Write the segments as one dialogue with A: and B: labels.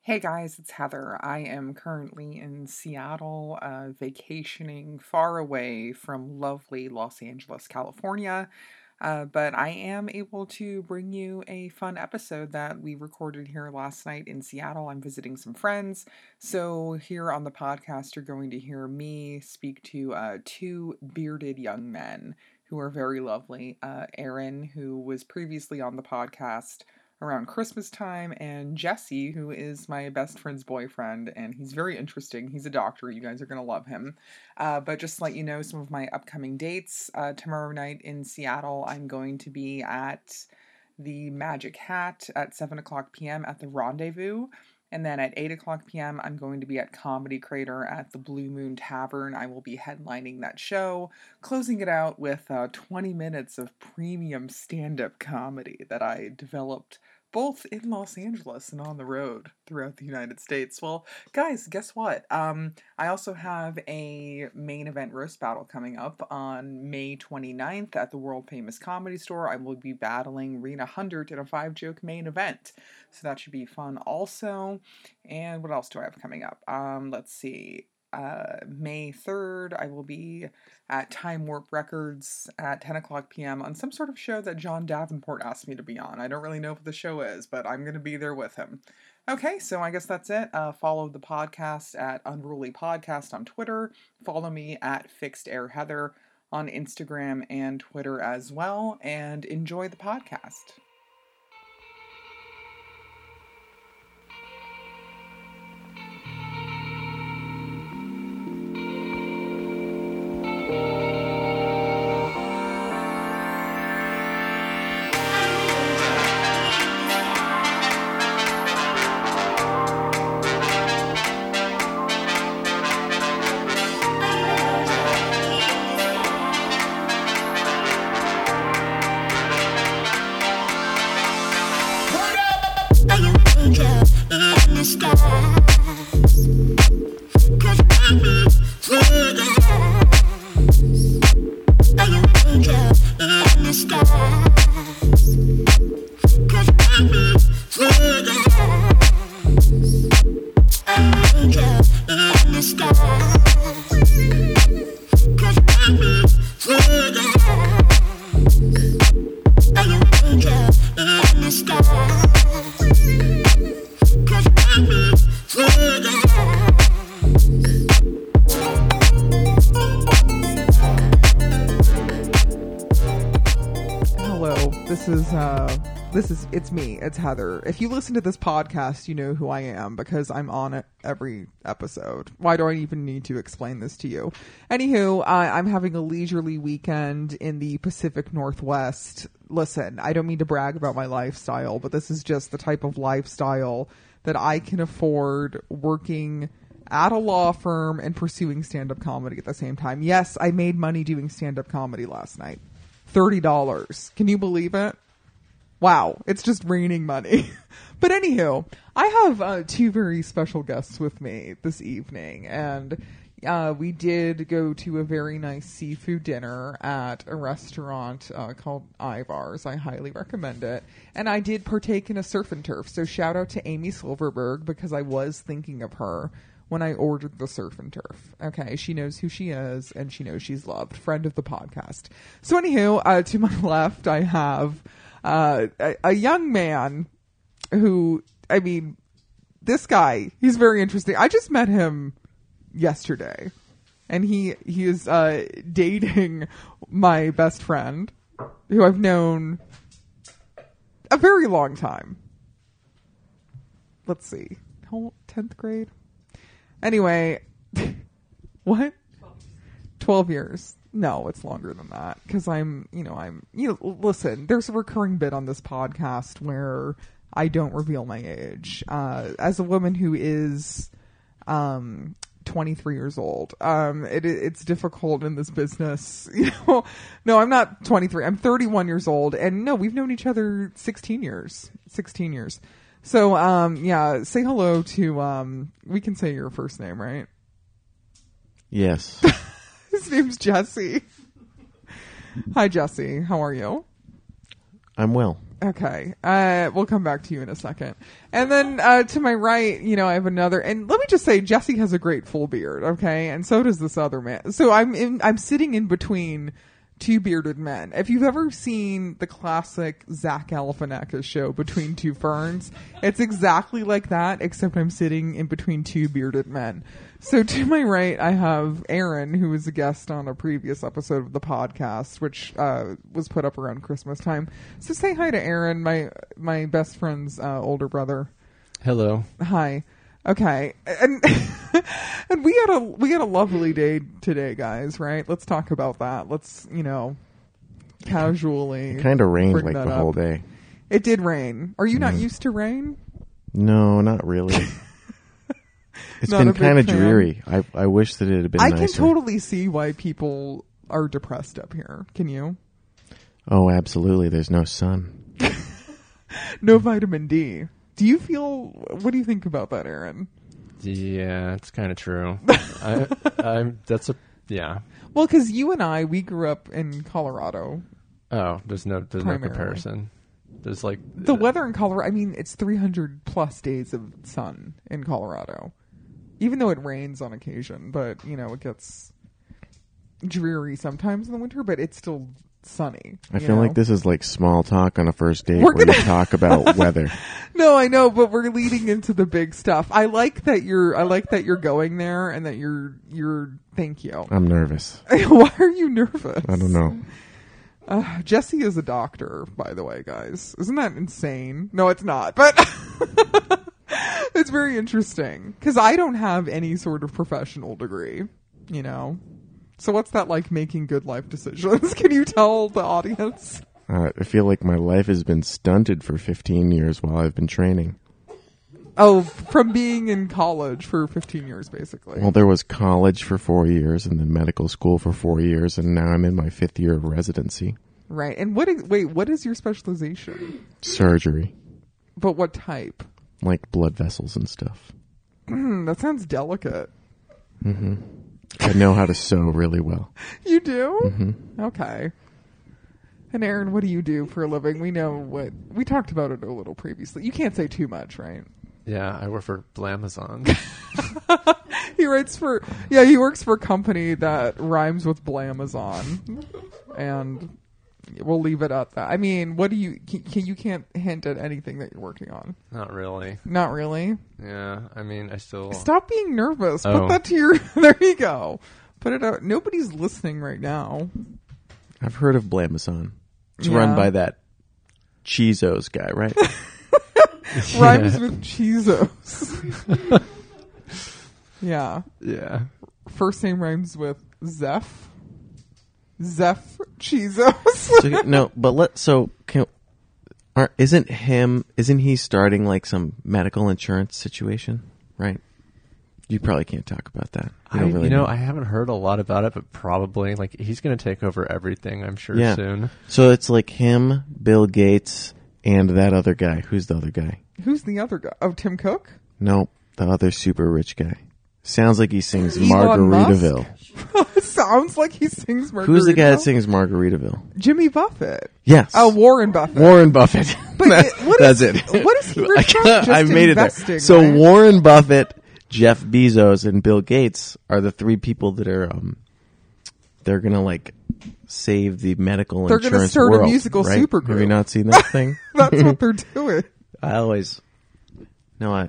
A: Hey guys, it's Heather. I am currently in Seattle, uh, vacationing far away from lovely Los Angeles, California. Uh, but I am able to bring you a fun episode that we recorded here last night in Seattle. I'm visiting some friends. So, here on the podcast, you're going to hear me speak to uh, two bearded young men who are very lovely. Uh, Aaron, who was previously on the podcast around Christmas time, and Jesse, who is my best friend's boyfriend, and he's very interesting. He's a doctor. You guys are going to love him. Uh, but just to let you know some of my upcoming dates. Uh, tomorrow night in Seattle, I'm going to be at the Magic Hat at 7 o'clock p.m. at the Rendezvous. And then at 8 o'clock p.m., I'm going to be at Comedy Crater at the Blue Moon Tavern. I will be headlining that show, closing it out with uh, 20 minutes of premium stand up comedy that I developed both in Los Angeles and on the road throughout the United States. Well, guys, guess what? Um, I also have a main event roast battle coming up on May 29th at the world famous comedy store. I will be battling Rena Hundert in a five joke main event. So that should be fun also. And what else do I have coming up? Um, let's see. Uh, May 3rd, I will be at Time Warp Records at 10 o'clock p.m. on some sort of show that John Davenport asked me to be on. I don't really know what the show is, but I'm going to be there with him. Okay, so I guess that's it. Uh, follow the podcast at Unruly Podcast on Twitter. Follow me at Fixed Air Heather on Instagram and Twitter as well. And enjoy the podcast.
B: Are you angel in disguise? Cause when we realize, are you angel in disguise? Cause when we realize, are you angel in disguise? Cause when we realize. Are you angel in disguise? 'Cause when we realize
A: Hello, this is uh this is it's me, it's Heather. If you listen to this podcast, you know who I am because I'm on it every episode. Why do I even need to explain this to you? Anywho, I, I'm having a leisurely weekend in the Pacific Northwest. Listen, I don't mean to brag about my lifestyle, but this is just the type of lifestyle that I can afford working at a law firm and pursuing stand up comedy at the same time. Yes, I made money doing stand up comedy last night. $30. Can you believe it? Wow, it's just raining money. but anywho, I have uh, two very special guests with me this evening, and uh, we did go to a very nice seafood dinner at a restaurant uh, called Ivar's. I highly recommend it, and I did partake in a surf and turf. So shout out to Amy Silverberg because I was thinking of her when I ordered the surf and turf. Okay, she knows who she is, and she knows she's loved. Friend of the podcast. So anywho, uh, to my left, I have uh, a, a young man who, I mean, this guy, he's very interesting. I just met him yesterday, and he he is uh, dating my best friend, who I've known a very long time. Let's see, whole tenth grade. Anyway, what? 12 years. No, it's longer than that because I'm, you know, I'm, you know, l- listen, there's a recurring bit on this podcast where I don't reveal my age. Uh, as a woman who is, um, 23 years old, um, it, it- it's difficult in this business. You know, no, I'm not 23. I'm 31 years old. And no, we've known each other 16 years, 16 years. So, um, yeah, say hello to, um, we can say your first name, right?
C: Yes.
A: His name's Jesse. Hi, Jesse. How are you?
C: I'm well.
A: Okay. Uh, we'll come back to you in a second. And then uh, to my right, you know, I have another. And let me just say, Jesse has a great full beard. Okay, and so does this other man. So I'm in. I'm sitting in between two bearded men. If you've ever seen the classic Zach Galifianakis show Between Two Ferns, it's exactly like that, except I'm sitting in between two bearded men. So to my right, I have Aaron, who was a guest on a previous episode of the podcast, which uh, was put up around Christmas time. So say hi to Aaron, my my best friend's uh, older brother.
D: Hello.
A: Hi. Okay. And and we had a we had a lovely day today, guys, right? Let's talk about that. Let's, you know, casually.
C: Kind of rained
A: bring
C: like the
A: that
C: whole
A: up.
C: day. Mm-hmm.
A: It did rain. Are you not used to rain?
C: No, not really. It's
A: Not a
C: been
A: big
C: kind of
A: fan.
C: dreary. I I wish that it had been
A: I
C: nicer.
A: can totally see why people are depressed up here. Can you?
C: oh, absolutely. There's no sun.
A: No vitamin D. Do you feel what do you think about that, Aaron?
D: Yeah, it's kind of true. I, I'm. That's a. Yeah.
A: Well, cuz you and I we grew up in Colorado.
D: Oh, there's no. There's
A: Primarily.
D: no comparison. There's like uh,
A: The weather in Colorado, I mean, it's 300 plus days of sun in Colorado. Even though it rains on occasion, but, you know, it gets dreary sometimes in the winter, but it's still sunny.
C: I
A: you
C: feel
A: know?
C: like this is like small talk on a first date
A: We're
C: where
A: gonna-
C: you talk about weather.
A: No, I know, but we're leading into the big stuff. I like that you're I like that you're going there and that you're you're thank you.
C: I'm nervous.
A: Why are you nervous? Uh,
C: I don't know.
A: Jesse is a doctor, by the way, guys. Isn't that insane? No, it's not, but it's very interesting because I don't have any sort of professional degree, you know? So, what's that like making good life decisions? Can you tell the audience?
C: Uh, I feel like my life has been stunted for 15 years while I've been training.
A: Oh, from being in college for 15 years, basically.
C: Well, there was college for four years and then medical school for four years, and now I'm in my fifth year of residency.
A: right. And what, is, wait, what is your specialization?
C: Surgery,
A: But what type?
C: like blood vessels and stuff.
A: Hmm, that sounds delicate.
C: I know how to sew really well.
A: You do? Okay. And Aaron, what do you do for a living? We know what we talked about it a little previously. You can't say too much, right?
D: yeah. I work for Blamazon.
A: He writes for yeah, he works for a company that rhymes with Blamazon, and we'll leave it at that. I mean, what do you can, can you can't hint at anything that you're working on?
D: Not really.
A: Not really.
D: Yeah. I mean, I still.
A: Stop being nervous. Put
D: Oh.
A: that to your. There you go. Put it out. Nobody's listening right now.
C: I've heard of Blamazon. It's
A: Yeah.
C: run by that Cheezos guy, right?
A: Rhymes with Cheezos. yeah.
D: Yeah.
A: first name rhymes with Zeph. Zeph Cheezos.
C: so, no, but let so can are, isn't him isn't he starting like some medical insurance situation, right? You probably can't talk about that. You
D: I,
C: don't really
D: you know, I haven't heard a lot about it, but probably like he's going to take over everything. I'm sure
C: yeah.
D: soon.
C: So it's like him, Bill Gates, and that other guy. Who's the other guy?
A: Who's the other guy? Oh, Tim Cook?
C: No, the other super rich guy. Sounds like he sings
A: Elon Musk?
C: Margaritaville.
A: Sounds like he sings Margaritaville.
C: Who's the guy that sings Margaritaville?
A: Jimmy Buffett.
C: Yes.
A: Oh, Warren Buffett.
C: Warren Buffett.
A: But
C: that's,
A: it- what
C: that's
A: is-
C: it.
A: what is he rich off? Just
C: I made it
A: investing,
C: there. So
A: right?
C: Warren Buffett, Jeff Bezos, and Bill Gates are the three people that are um, they're gonna like save the medical
A: They're gonna
C: insurance
A: start a
C: world,
A: musical
C: right?
A: supergroup.
C: Have you not seen that thing?
A: That's what they're doing.
C: I always no, I,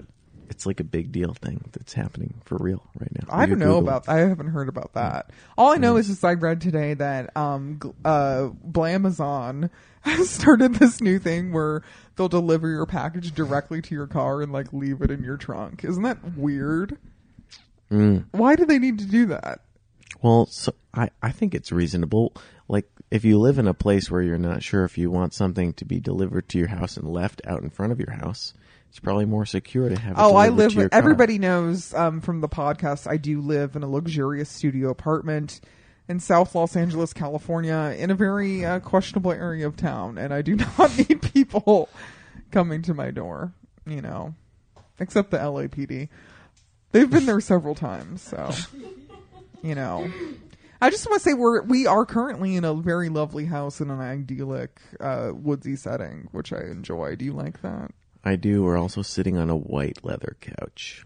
C: it's like a big deal thing that's happening for real right now.
A: I
C: You
A: don't know
C: Google it.
A: about. I haven't heard about that. All I know is just I read today that um, gl- uh, Blamazon has started this new thing where they'll deliver your package directly to your car and like leave it in your trunk. Isn't that weird? Why do they need to do that?
C: Well, so I, I think it's reasonable. Like, if you live in a place where you're not sure if you want something to be delivered to your house and left out in front of your house, it's probably more secure to have. It
A: Oh, I
C: delivered
A: live.
C: to your car.
A: Everybody knows um, from the podcast. I do live in a luxurious studio apartment in South Los Angeles, California, in a very uh, questionable area of town, and I do not need people coming to my door. You know, except the LAPD. They've been there several times, so you know. I just want to say we're we are currently in a very lovely house in an idyllic uh, woodsy setting, which I enjoy. Do you like that?
C: I do. We're also sitting on a white leather couch.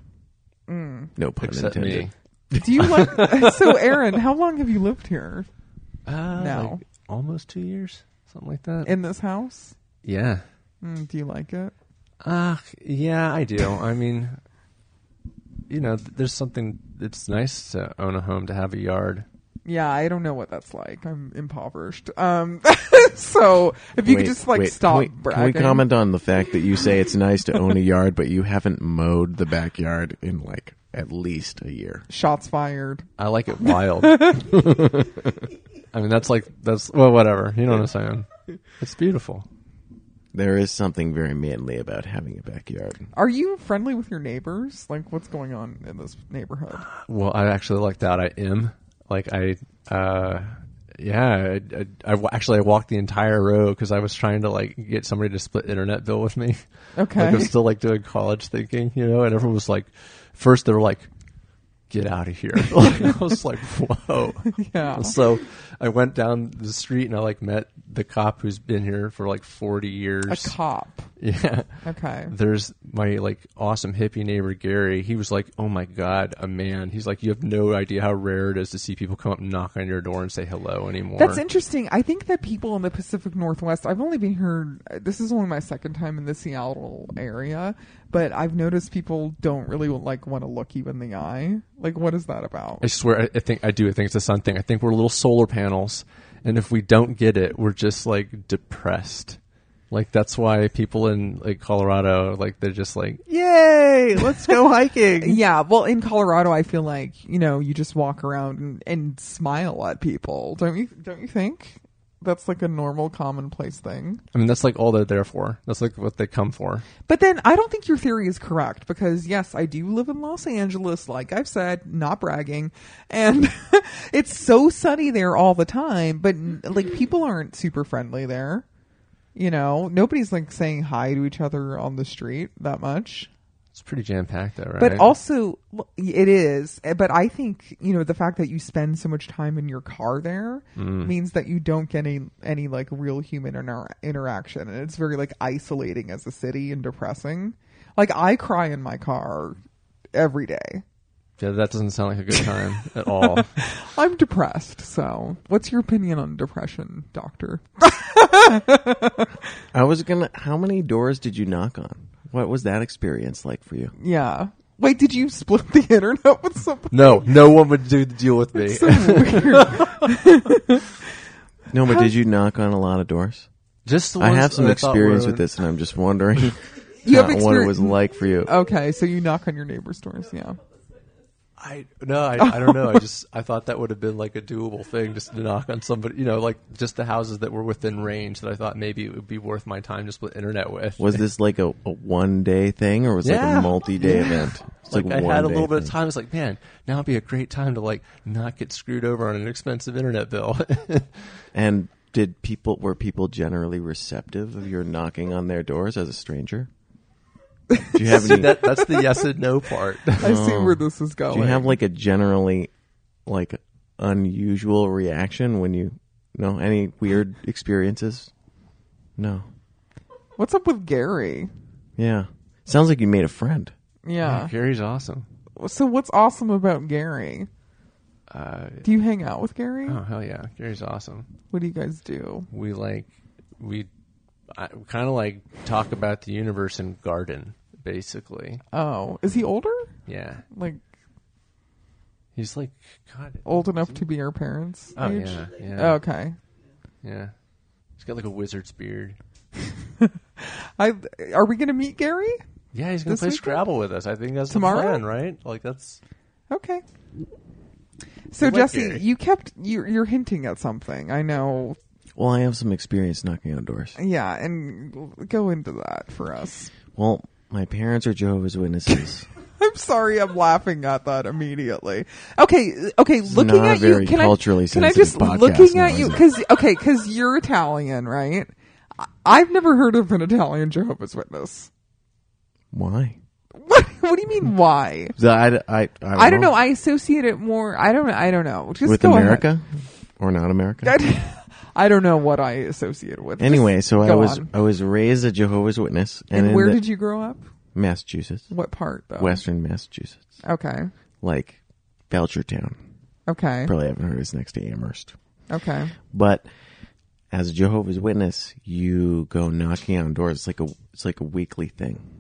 A: Mm.
C: No pun
D: Except
C: intended.
D: me.
A: Do you like? so, Aaron, how long have you lived here
D: Uh,
A: No.
D: like almost two years, something like that.
A: in this house?
D: yeah.
A: Mm, do you like it?
D: Uh, yeah, I do. I mean, you know, th- there's something. It's nice to own a home, to have a yard.
A: Yeah, I don't know what that's like. I'm impoverished. Um, so if you
C: Wait,
A: could just like
C: wait, can
A: stop
C: we- Can we
A: bragging.
C: comment on the fact that you say it's nice to own a yard, but you haven't mowed the backyard in like at least a year?
A: Shots fired.
D: I like it wild. I mean, that's like that's well, whatever. You know what I'm saying? It's beautiful.
C: There is something very manly about having a backyard.
A: Are you friendly with your neighbors? Like, what's going on in this neighborhood?
D: Well, I actually like that. I am like I, uh, yeah. I, I, I wa- actually I walked the entire row because I was trying to like get somebody to split internet bill with me.
A: Okay.
D: like I'm still like doing college thinking, you know. And everyone was like, first they were like, "Get out of here!" Like, I was like, "Whoa."
A: Yeah.
D: So I went down the street and I like met the cop who's been here for like 40 years.
A: A cop.
D: Yeah
A: Okay.
D: there's my like awesome hippie neighbor Gary. He was like, "Oh my god, a man." He's like, "You have no idea how rare it is to see people come up and knock on your door and say hello anymore."
A: That's interesting. I think that people in the Pacific Northwest, I've only been here, this is only my second time in the Seattle area, but I've noticed people don't really like want to look you in the eye. Like, what is that about?
D: I swear, I, I think I do. I think it's a sun thing. I think we're little solar panels, and if we don't get it, we're just like depressed. Like that's why people in like Colorado, like they're just like,
C: Yay! Let's go hiking.
A: Yeah, well, in Colorado, I feel like you know you just walk around and, and smile at people, don't you? Don't you think that's like a normal, commonplace thing?
D: I mean, that's like all they're there for. That's like what they come for.
A: But then I don't think your theory is correct because yes, I do live in Los Angeles, like I've said, not bragging, and it's so sunny there all the time. But like people aren't super friendly there. You know, nobody's like saying hi to each other on the street that much.
D: It's pretty jam packed, though, right?
A: But also, well, it is. eh, But I think you know the fact that you spend so much time in your car there
C: Mm.
A: means that you don't get any any like real human inter- interaction, and it's very like isolating as a city and depressing. Like I cry in my car every day.
D: yeah, that doesn't sound like a good time at all.
A: I'm depressed. So, what's your opinion on depression, Doctor?
C: I was gonna. How many doors did you knock on? What was that experience like for you?
A: Yeah. Wait, did you split the internet with somebody?
D: No, no one would do deal with me.
A: So weird.
C: No, but did you knock on a lot of doors?
D: Just the
C: I
D: ones
C: have some
D: that I thought
C: experience
D: were-
C: with this, and I'm just wondering
A: You have
C: how- what it
A: experience-
C: was like for you.
A: Okay, so you knock on your neighbor's doors. Yeah.
D: I no, I, I don't know. I just I thought that would have been like a doable thing, just to knock on somebody. You know, like just the houses that were within range that I thought maybe it would be worth my time to split internet with.
C: Was this like a, a one day thing, or was it like
D: Yeah.
C: a multi day event? It's
D: like, I had
C: one-day
D: a little bit of
C: thing.
D: time. It's like, man, now would be a great time to like not get screwed over on an expensive internet bill.
C: And did people were people generally receptive of your knocking on their doors as a stranger? Do you have any?
D: that, that's the yes and no part.
A: I see where this is going.
C: do you have like a generally like unusual reaction when you no any weird experiences? No.
A: What's up with Gary?
C: Yeah. Sounds like you made a friend.
A: Yeah.
D: Gary's awesome.
A: So what's awesome about Gary?
D: Uh,
A: Do you hang out with Gary?
D: oh hell yeah, Gary's awesome.
A: What do you guys do?
D: we like we kind of like talk about the universe and garden basically
A: Oh, is he older?
D: yeah
A: Like
D: he's like god
A: old enough to be our parents?
D: oh
A: age?
D: yeah yeah
A: Okay.
D: yeah he's got like a wizard's beard
A: I are we gonna meet Gary?
D: yeah he's gonna
A: This
D: play
A: weekend?
D: scrabble with us i think that's
A: Tomorrow?
D: the plan right like that's
A: Okay. So
D: like
A: Jesse,
D: Gary.
A: you kept you you're hinting at something. I know.
C: Well, I have some experience knocking on doors.
A: Yeah, and go into that for us.
C: Well, my parents are Jehovah's Witnesses.
A: I'm sorry, I'm laughing at that immediately. Okay, okay, looking
C: not a
A: at
C: very
A: you, can
C: culturally
A: I, can I
C: sensitive
A: just
C: podcast
A: looking
C: now,
A: at you
C: is it?
A: because okay, because you're Italian, right? I- I've never heard of an Italian Jehovah's Witness.
C: Why?
A: What? what do you mean? Why?
C: The- I, I, I,
A: I don't know. I associate it more. I don't. I don't know. Just
C: with
A: go
C: America or not America.
A: Ahead. I don't know what I associate it with. Just
C: Anyway, so I
A: go
C: was
A: on.
C: I was raised a Jehovah's Witness, and,
A: And,
C: in
A: where
C: the-
A: did you Oh. grow up?
C: Massachusetts,
A: What part though?
C: Western Massachusetts,
A: Okay.
C: like Belchertown.
A: Okay.
C: Probably haven't heard. It's next to Amherst.
A: Okay.
C: But as a Jehovah's Witness, you go knocking on doors. It's like a it's like a weekly thing,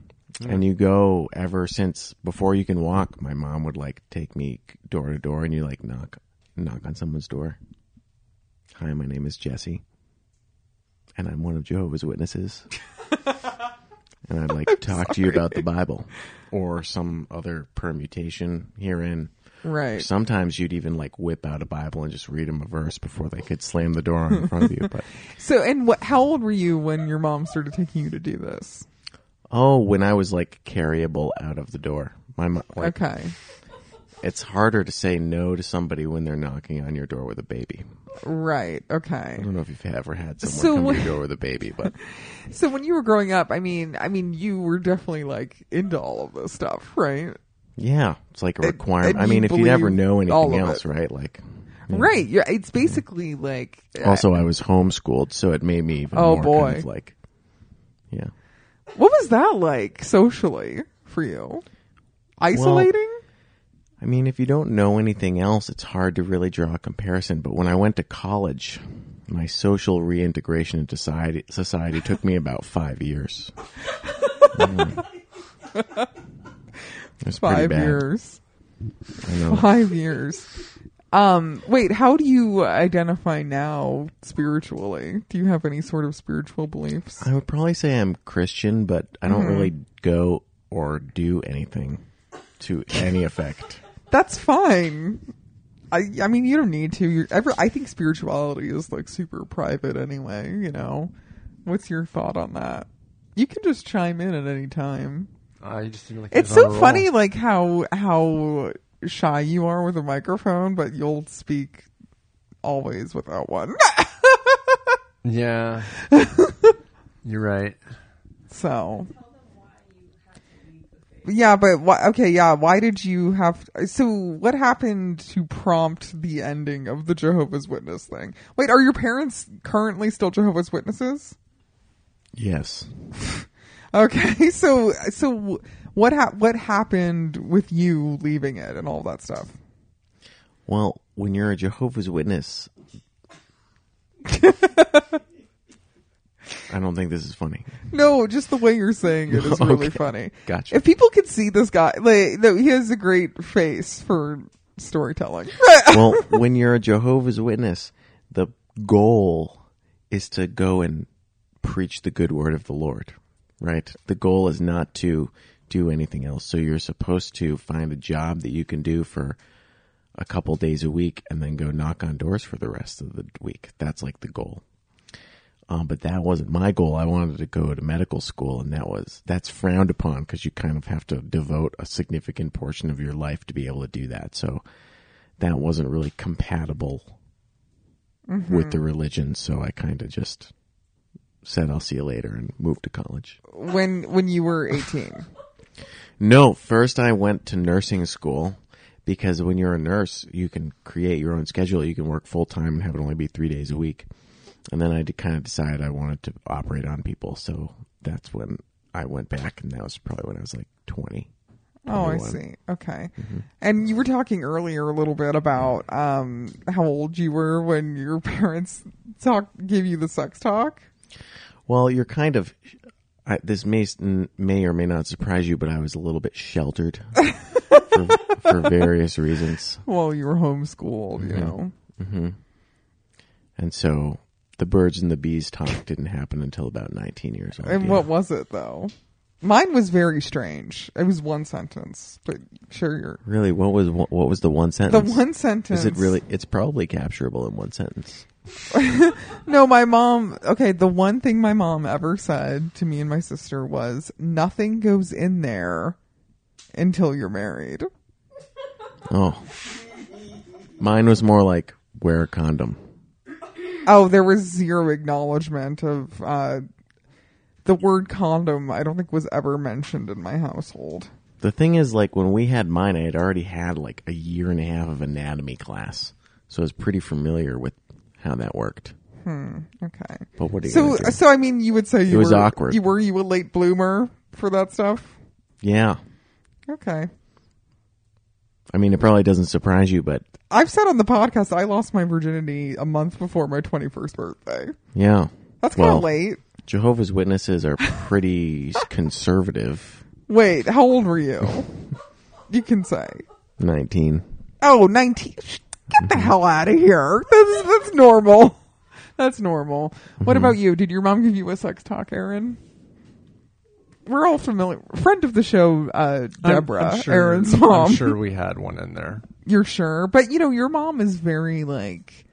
C: and you go ever since before you can walk. My mom would like take me door to door, and you like knock knock on someone's door. Hi, my name is Jesse, and I'm one of Jehovah's Witnesses. And I'd like to talk to you about the Bible or some other permutation herein.
A: Right.
C: Sometimes you'd even like whip out a Bible and just read them a verse before they could slam the door on in front of you. But
A: So, and what? How old were you when your mom started taking you to do this?
C: oh, when I was like carryable out of the door, my mom, like
A: Okay.
C: it's harder to say no to somebody when they're knocking on your door with a baby.
A: Right. Okay.
C: I don't know if you've ever had someone
A: So
C: come
A: what-
C: to your door with a baby, but
A: So when you were growing up, I mean, I mean, you were definitely like into all of this stuff, right?
C: yeah, it's like a
A: And-
C: requirement.
A: and
C: I mean,
A: you
C: if you never
A: believe
C: know
A: all
C: anything
A: of
C: else,
A: it.
C: right? Like
A: Right. You're, it's basically like uh,
C: also, I was homeschooled, so it made me even
A: Oh,
C: more
A: boy.
C: kind of like yeah.
A: What was that like socially for you? Isolating?
C: I mean, if you don't know anything else, it's hard to really draw a comparison. But when I went to college, my social reintegration into society, society took me about five years. Yeah. It was pretty
A: five
C: bad.
A: years.
C: I know.
A: Five years. Um, wait, how do you identify now spiritually? Do you have any sort of spiritual beliefs?
C: I would probably say I'm Christian, but I don't really
A: Mm-hmm.
C: go or do anything to any effect.
A: That's fine. I, I mean, you don't need to. You're, every, I think spirituality is like super private anyway, you know? What's your thought on that? You can just chime in at any time.
D: I just didn't like. he
A: It's
D: was on
A: so
D: a roll.
A: funny, like how how shy you are with a microphone, but you'll speak always without one.
D: Yeah, you're right.
A: so, yeah, but why, okay, yeah. Why did you have? So, what happened to prompt the ending of the Jehovah's Witness thing? Wait, are your parents currently still Jehovah's Witnesses?
C: Yes.
A: Okay, so so what ha- what happened with you leaving it and all that stuff?
C: Well, when you're a Jehovah's Witness, I don't think this is funny.
A: No, just the way you're saying it is really
C: Okay.
A: funny.
C: Gotcha.
A: If people could see this guy, like, no, he has a great face for storytelling.
C: well, when you're a Jehovah's Witness, the goal is to go and preach the good word of the Lord, right? The goal is not to do anything else. So you're supposed to find a job that you can do for a couple days a week and then go knock on doors for the rest of the week. That's like the goal. Um, but that wasn't my goal. I wanted to go to medical school, and that was that's frowned upon because you kind of have to devote a significant portion of your life to be able to do that. So that wasn't really compatible with the religion. So I kind of just said, "I'll see you later," and moved to college.
A: when when you were 18.
C: No, first I went to nursing school because when you're a nurse, you can create your own schedule. You can work full time and have it only be three days a week. And then I kind of decided I wanted to operate on people. So that's when I went back, and that was probably when I was like 20.
A: Oh, I
C: 21.
A: see. Okay.
C: Mm-hmm.
A: And you were talking earlier a little bit about um how old you were when your parents talk gave you the sex talk.
C: Well, you're kind of. I, this may s- n- may or may not surprise you, but I was a little bit sheltered for, for various reasons,
A: Well, you were homeschooled,
C: Mm-hmm.
A: you know.
C: and so the birds and the bees talk didn't happen until about 19 years old.
A: And
C: Oh, yeah.
A: what was it though? Mine was very strange. It was one sentence, but sure you're
C: Really, what was what was the one
A: the
C: sentence?
A: one sentence.
C: Is it really? It's probably capturable in one sentence.
A: No, my mom. Okay, the one thing my mom ever said to me and my sister was nothing goes in there until you're married.
C: Oh, mine was more like wear a condom.
A: Oh, there was zero acknowledgement of uh, the word condom. I don't think was ever mentioned in my household.
C: The thing is, like when we had mine, I had already had like a year and a half of anatomy class, so I was pretty familiar with how that worked.
A: Okay.
C: But what do you?
A: So,
C: gonna do?
A: so I mean, you would say you
C: It was
A: were
C: awkward.
A: You were you a late bloomer for that stuff?
C: yeah,
A: Okay.
C: I mean, it probably doesn't surprise you, but
A: I've said on the podcast that I lost my virginity a month before my 21st birthday.
C: yeah,
A: That's kind of
C: Well,
A: late.
C: Jehovah's Witnesses are pretty conservative.
A: Wait, how old were you? you can say.
C: Nineteen.
A: Oh, 19. Sh- Get
D: Mm-hmm.
A: the hell out of here. That's, that's normal. That's normal. What
D: Mm-hmm.
A: about you? Did your mom give you a sex talk, Aaron? We're all familiar. Friend of the show, uh,
D: I'm-
A: Deborah,
D: I'm sure-
A: Aaron's mom.
D: I'm sure we had one in there.
A: You're sure. But, you know, your mom is very, like,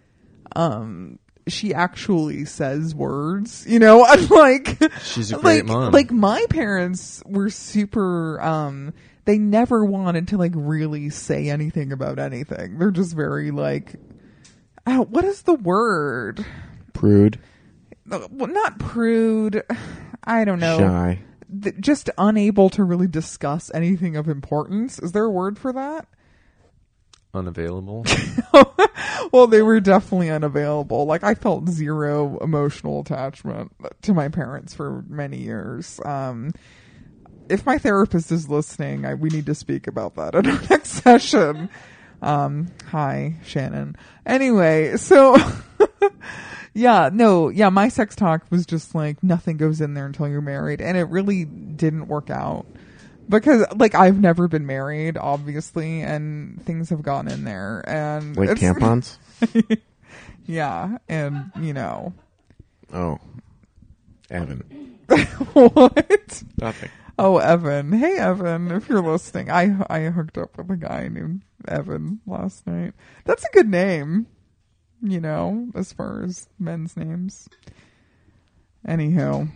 A: um, she actually says words, you know, unlike.
D: She's a
A: like,
D: great mom.
A: Like, my parents were super, um, they never wanted to, like, really say anything about anything. They're just very, like, oh, what is the word?
C: Prude,
A: Uh, Well, not prude. I don't know.
C: shy.
A: Th- just unable to really discuss anything of importance. Is there a word for that?
D: Unavailable.
A: well, they were definitely unavailable. Like I felt zero emotional attachment to my parents for many years. Um, if my therapist is listening, I, we need to speak about that in our next session. Um, hi, Shannon. Anyway, so yeah, no, yeah, my sex talk was just like nothing goes in there until you're married, and it really didn't work out because like I've never been married, obviously, and things have gotten in there, and
C: Like
A: it's-
C: tampons.
A: yeah, and you know
C: Oh, Evan.
A: what?
C: Nothing.
A: Oh, Evan. Hey, Evan, if you're listening, I I hooked up with a guy named Evan last night. That's a good name, you know, as far as men's names. Anywho,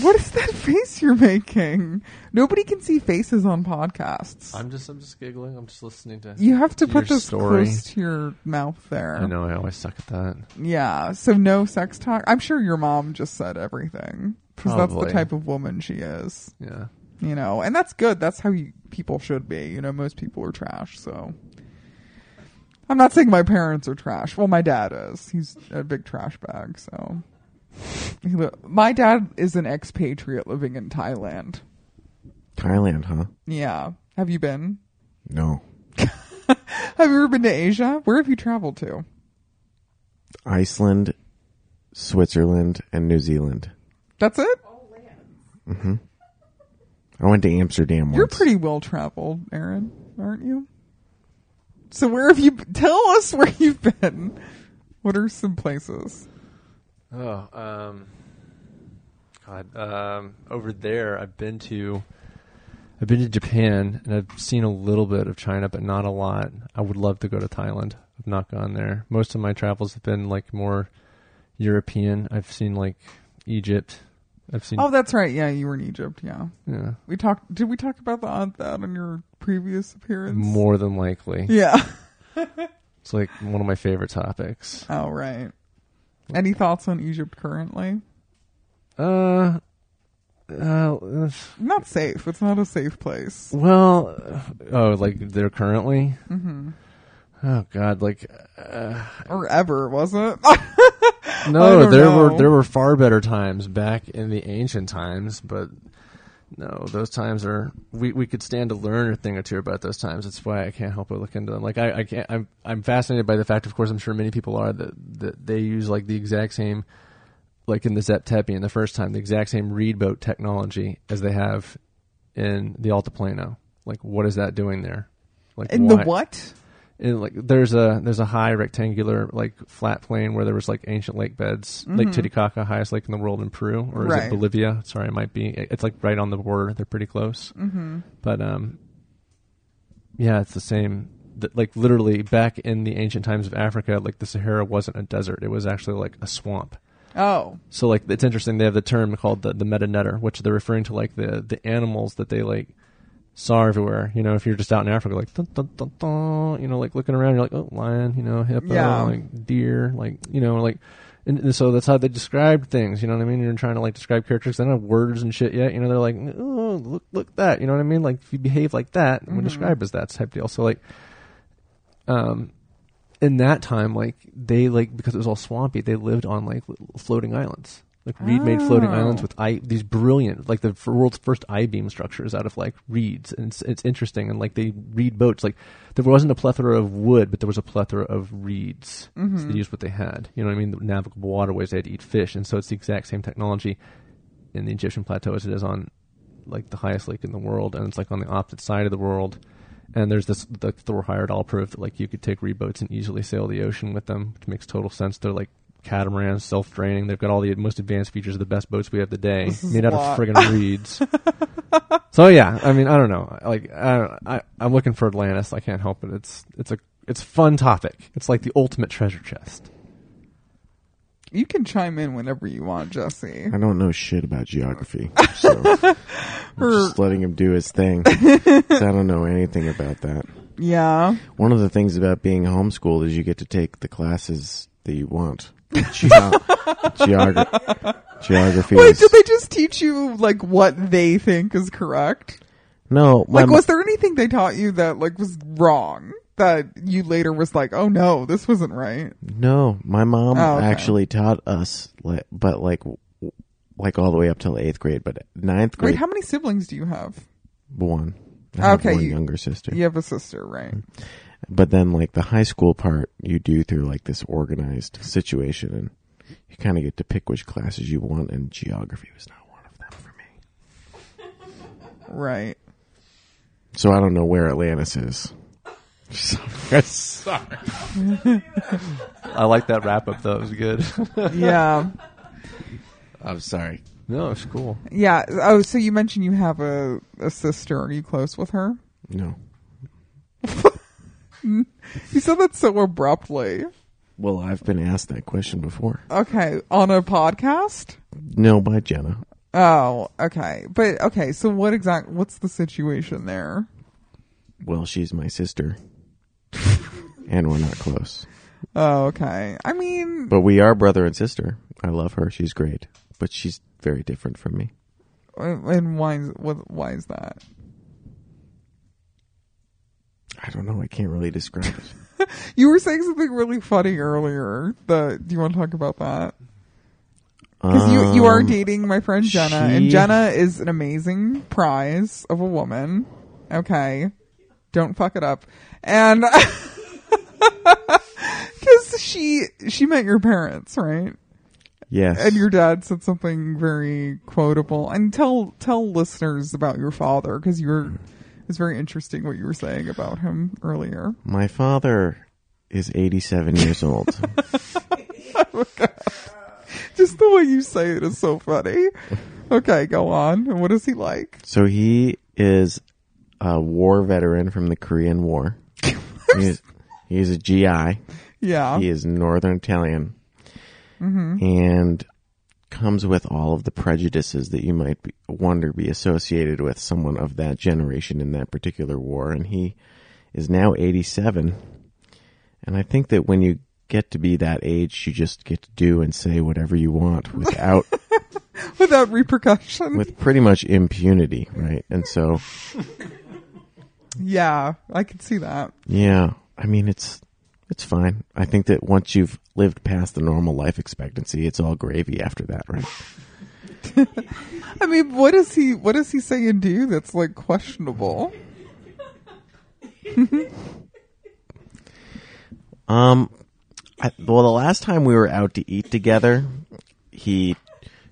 A: what is that face you're making? Nobody can see faces on podcasts.
D: I'm just I'm just giggling. I'm just listening to
A: you have to put
D: your
A: this
D: story.
A: close to your mouth there.
D: I know I always suck at that.
A: Yeah, so no sex talk. I'm sure your mom just said everything because that's the
D: Probably.
A: type of woman she is
D: Yeah.
A: you know, and that's good. That's how you, people should be. You know, most people are trash. So I'm not saying my parents are trash. Well, my dad is. He's a big trash bag. So He li- my dad is an expatriate living in Thailand.
C: Thailand, huh?
A: Yeah. Have you been?
C: No.
A: Have you ever been to Asia? Where have you traveled to?
C: Iceland, Switzerland, and New Zealand.
A: That's it.
C: I went to Amsterdam once.
A: You're pretty well traveled, Aaron, aren't you? So where have you? b- Tell us where you've been. What are some places?
D: Oh, um, God, um, over there, I've been to, I've been to Japan, and I've seen a little bit of China, but not a lot. I would love to go to Thailand. I've not gone there. Most of my travels have been like more European. I've seen like Egypt. I've seen.
A: Oh, that's right. Yeah, you were in Egypt. Yeah.
D: yeah,
A: We talked. Did we talk about that that on your previous appearance?
D: more than likely.
A: Yeah.
D: It's like one of my favorite topics.
A: Oh right. Any thoughts on Egypt currently?
D: Uh, uh,
A: Not safe. It's not a safe place.
D: well, oh, like they're currently. Mm-hmm. Oh God, like. Uh,
A: Or ever was it? I
D: No,
A: don't
D: there
A: know.
D: were there were far better times back in the ancient times, but no, those times are we, we could stand to learn a thing or two about those times. That's why I can't help but look into them. Like I, I can't I'm I'm fascinated by the fact, of course I'm sure many people are that, that they use like the exact same like in the Zeptepian the first time, the exact same reed boat technology as they have in the Altiplano. Like what is that doing there? Like
A: In the
D: why-
A: what?
D: in like there's a there's a high rectangular like flat plain where there was like ancient lake beds lake titicaca highest lake in the world in peru or is
A: Right.
D: it bolivia sorry it might be it's like right on the border they're pretty close mm-hmm. but um yeah it's the same Th- like literally back in the ancient times of africa like the sahara wasn't a desert it was actually like a swamp
A: Oh,
D: so like it's interesting they have the term called the, the meta netter, which they're referring to like the the animals that they like saw everywhere. You know, if you're just out in Africa, like dun, dun, dun, dun, you know, like looking around, you're like oh lion, you know, hippo,
A: Yeah.
D: like deer, like you know, like And, and so that's how they described things. You know what I mean? You're trying to like describe characters. They don't have words and shit yet. You know, they're like, oh, look, look at that. You know what I mean? Like if you behave like that, we're described as that type deal. So like, um, in that time, like they like because it was all swampy, they lived on like l- floating islands, like reed made floating
A: Oh.
D: islands with I, these brilliant, like the f- world's first I beam structures out of like reeds, and it's, it's interesting. And like they reed boats, like there wasn't a plethora of wood, but there was a plethora of reeds. So they used what they had. You know what I mean? The navigable waterways, they had to eat fish, and so it's the exact same technology in the Egyptian plateau as it is on like the highest lake in the world, and it's like on the opposite side of the world. And there's this the Thor hired all proved that like you could take reed boats and easily sail the ocean with them, which makes total sense. They're like catamarans, self draining. They've got all the most advanced features of the best boats we have today,
A: This is
D: made
A: a
D: out
A: lot.
D: of friggin' reeds. so yeah, I mean, I don't know. Like I, don't- I I'm looking for Atlantis. I can't help it. It's it's a it's a fun topic. It's like the ultimate treasure chest.
A: You can chime in whenever you want, Jesse.
C: I don't know shit about geography, so I'm just letting him do his thing. 'Cause I don't know anything about that.
A: Yeah.
C: One of the things about being homeschooled is you get to take the classes that you want. Geo- geogra- geography.
A: Wait,
C: is-
A: did they just teach you like what they think is correct?
C: no, my
A: Like,
C: mo-
A: was there anything they taught you that like was wrong that you later was like, oh no, this wasn't right?
C: no, my mom
A: Oh, okay.
C: actually taught us, li- but like, w- like all the way up till eighth grade. But ninth grade,
A: Wait, how many siblings do you have?
C: one. I have
A: Okay,
C: one
A: you-
C: younger sister.
A: You have a sister, right?
C: But then, like the high school part, you do through like this organized situation, and you kind of get to pick which classes you want. And geography was not one of them for me.
A: Right.
C: So I don't know where Atlantis is. Sorry.
D: I like that wrap up though. It was good.
A: Yeah.
C: I'm sorry.
D: no, it's cool.
A: Yeah. Oh, so you mentioned you have a, a sister. Are you close with her?
C: No.
A: You said that so abruptly.
C: Well, I've been asked that question before.
A: Okay. On a podcast?
C: No, by Jenna.
A: Oh, okay. But okay, so what exact what's the situation there?
C: Well, she's my sister, and we're not close,
A: Oh, okay. I mean,
C: but we are brother and sister. I love her. She's great, but she's very different from me.
A: and why is, what, why is that?
C: I don't know. I can't really describe it.
A: You were saying something really funny earlier. The do you want to talk about that? Because you you are
C: Um,
A: dating my friend Jenna, and
C: she-
A: Jenna is an amazing prize of a woman. Okay, don't fuck it up. And because she she met your parents, right?
C: Yes.
A: And your dad said something very quotable. And tell tell listeners about your father because you were it's very interesting what you were saying about him earlier.
C: My father is 87 years old.
A: Just the way you say it is so funny. Okay, go on. And what is he like?
C: so he is a war veteran from the Korean War. he, is, he is a GI.
A: Yeah.
C: He is Northern Italian. And comes with all of the prejudices that you might be, wonder be associated with someone of that generation in that particular war. And he is now 87. And I think that when you get to be that age, you just get to do and say whatever you want without
A: Without repercussion.
C: with pretty much impunity, right? And so,
A: yeah, I can see that.
C: yeah, I mean, it's it's fine. I think that once you've lived past the normal life expectancy, it's all gravy after that, right?
A: I mean, what does he what does he say and do that's like questionable?
C: Um, I, well, the last time we were out to eat together, he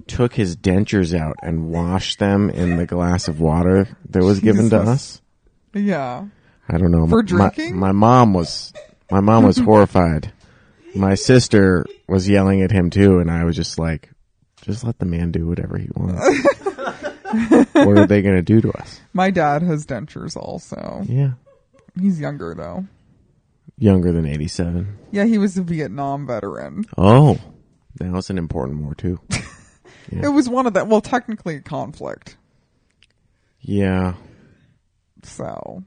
C: took his dentures out and washed them in the glass of water that was given to
A: Jesus.
C: us.
A: Yeah.
C: I don't know.
A: For
C: My- my-
A: drinking?
C: My, mom was my mom was horrified. My sister was yelling at him too, and I was just like, "Just let the man do whatever he wants." what are they going to do to us?
A: My dad has dentures also.
C: Yeah,
A: He's younger though.
C: younger than eighty-seven.
A: Yeah, he was a Vietnam veteran.
C: Oh, that was an important war too. Yeah.
A: It was one of that well, technically a conflict.
C: Yeah,
A: So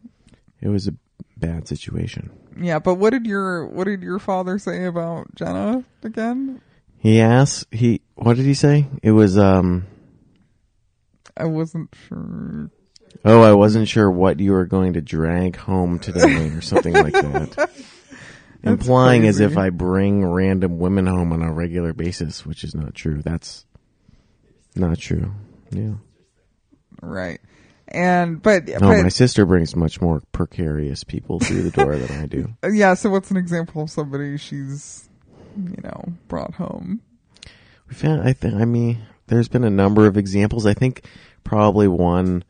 C: it was a bad situation.
A: yeah, but what did your what did your father say about Jenna again?
C: He asks, he, what did he say? It was, um,
A: I wasn't sure.
C: oh, I wasn't sure what you were going to drag home today or something like that. Implying as
A: crazy.
C: if I bring random women home on a regular basis, which is not true. That's not true. Yeah.
A: Right. And but
C: No,
A: but
C: Oh, my sister brings much more precarious people through the door than I do.
A: yeah, so what's an example of somebody she's you know, brought home?
C: We found, I think, I mean, there's been a number of examples. I think probably one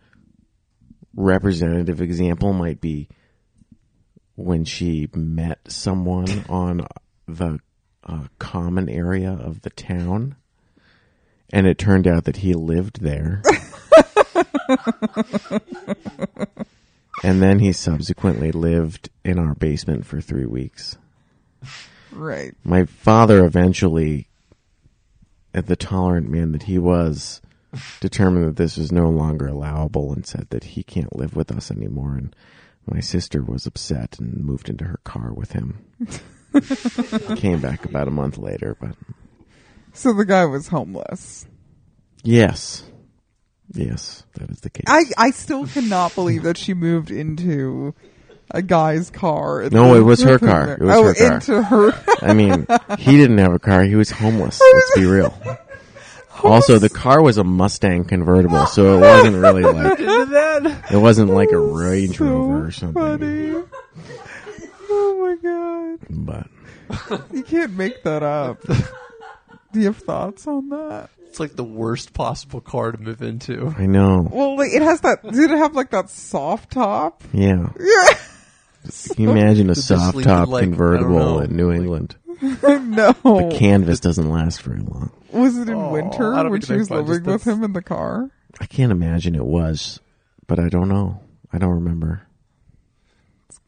C: representative example might be when she met someone on the uh, common area of the town, and it turned out that he lived there. and then he subsequently lived in our basement for three weeks
A: Right.
C: my father eventually, at the tolerant man that he was, determined that this was no longer allowable and said that he can't live with us anymore. And my sister was upset and moved into her car with him. Came back about a month later, but
A: So the guy was homeless.
C: yes, yes, that is the case.
A: I I still cannot believe that she moved into a guy's car. and
C: No, it
A: lived
C: was her
A: with him
C: car.
A: there.
C: It was
A: oh,
C: her car.
A: into her.
C: I mean, he didn't have a car. He was homeless. Let's be real. Also, the car was a Mustang convertible, so it wasn't really like it wasn't like a Range
A: so
C: Rover or something.
A: funny. Oh my
C: But
A: god. You can't make that up. Do you have thoughts on that?
E: It's like the worst possible car to move into.
C: I know,
A: Well, like, it has that. Did it have like that soft top?
C: yeah. Can you imagine a
E: this
C: soft
E: leave in,
C: top
E: like, I don't know,
C: convertible in New England?
A: no.
C: The canvas doesn't last very long.
A: was it in
E: Oh,
A: winter
E: I don't
A: when
E: think
A: she was
E: I can
A: living
E: find
A: with
E: this-
A: him in the car?
C: I can't imagine it was, but I don't know. I don't remember.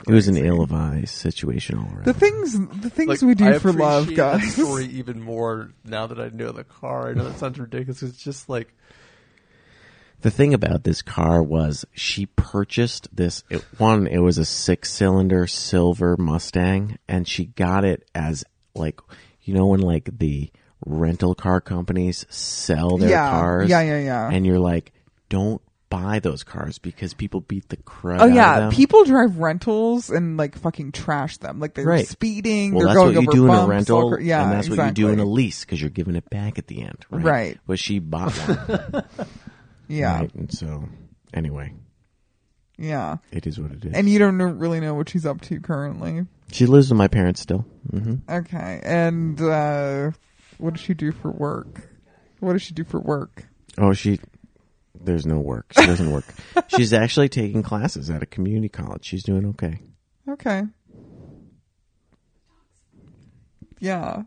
C: It was an ill-advised situation all around.
A: The things, the things
E: Like,
A: we do
E: I
A: for love,
E: appreciate
A: guys.
E: That story even more now that I know the car. I know that sounds ridiculous. It's just like
C: The thing about this car was she purchased this it, one. It was a six cylinder silver Mustang and she got it as like, you know, when like the rental car companies sell their
A: Yeah.
C: cars.
A: Yeah, yeah, yeah.
C: And you're like, don't buy those cars because people beat the crud
A: Oh
C: out
A: yeah,
C: of them.
A: people drive rentals and like fucking trash them. Like they're
C: Right.
A: speeding. they're
C: well, that's
A: going
C: what you
A: over
C: do in
A: bumps,
C: a rental,
A: all cra- yeah,
C: and that's
A: exactly.
C: what you do in a lease because you're giving it back at the end, right?
A: Right.
C: But she bought one,
A: Yeah,
C: right? And so, anyway,
A: yeah.
C: it is what it is.
A: And you don't know, really know what she's up to currently.
C: she lives with my parents still. hmm
A: Okay, and uh, what does she do for work? What does she do for work?
C: Oh, she. There's no work. She doesn't work. She's actually taking classes at a community college. She's doing okay.
A: Okay. Yeah.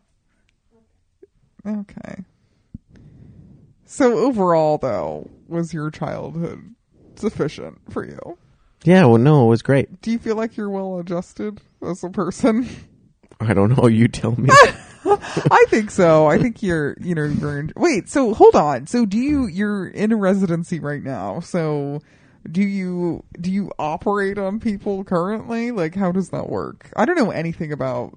A: Okay. So overall, though, was your childhood sufficient for you?
C: Yeah. Well, no, it was great.
A: Do you feel like you're well adjusted as a person?
C: I don't know. You tell me.
A: I think so. I think you're, you know, you're. In, wait, so hold on. So do you? You're in a residency right now. So do you? Do you operate on people currently? Like, how does that work? I don't know anything about.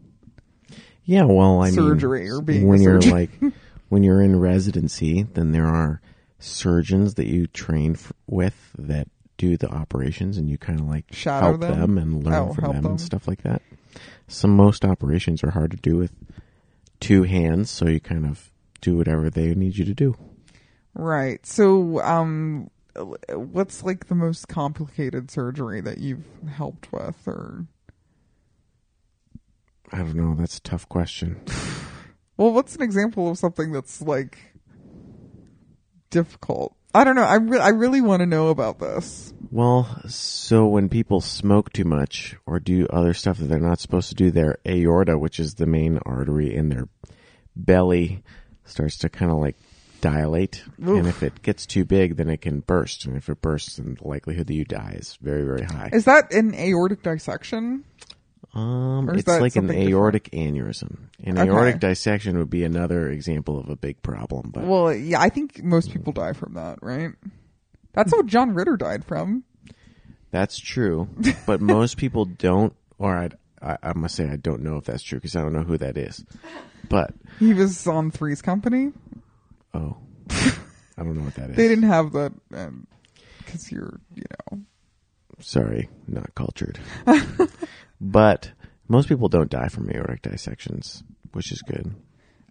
C: yeah. Well, I mean,
A: Surgery or being a
C: when you're
A: surgeon.
C: like when you're in residency, then there are surgeons that you train f- with that do the operations, and you kind of like
A: Shadow
C: help
A: them?
C: and learn
A: Oh,
C: from
A: help
C: them,
A: them.
C: and stuff like that. Some most operations are hard to do with two hands, so you kind of do whatever they need you to do.
A: Right. So, um, what's like the most complicated surgery that you've helped with, or
C: I don't know. That's a tough question.
A: well, what's an example of something that's like difficult? I don't know. I re- I really want to know about this.
C: Well, so when people smoke too much or do other stuff that they're not supposed to do, their aorta, which is the main artery in their belly, starts to kind of like dilate. And if it gets too big, then it can burst. And if it bursts, then the likelihood that you die is very, very high.
A: Is that an aortic dissection?
C: Um,
A: Or is
C: it's
A: that
C: like an
A: something different?
C: aortic aneurysm. An
A: Okay.
C: aortic dissection would be another example of a big problem. But
A: Well, yeah, I think most people die from that, right? That's what John Ritter died from.
C: That's true, but most people don't, or I'd, I, I must say I don't know if that's true because I don't know who that is. But
A: He was on Three's Company.
C: oh, I don't know what that is.
A: They didn't have that because you're, you know,
C: Sorry, not cultured. but most people don't die from aortic dissections, which is good.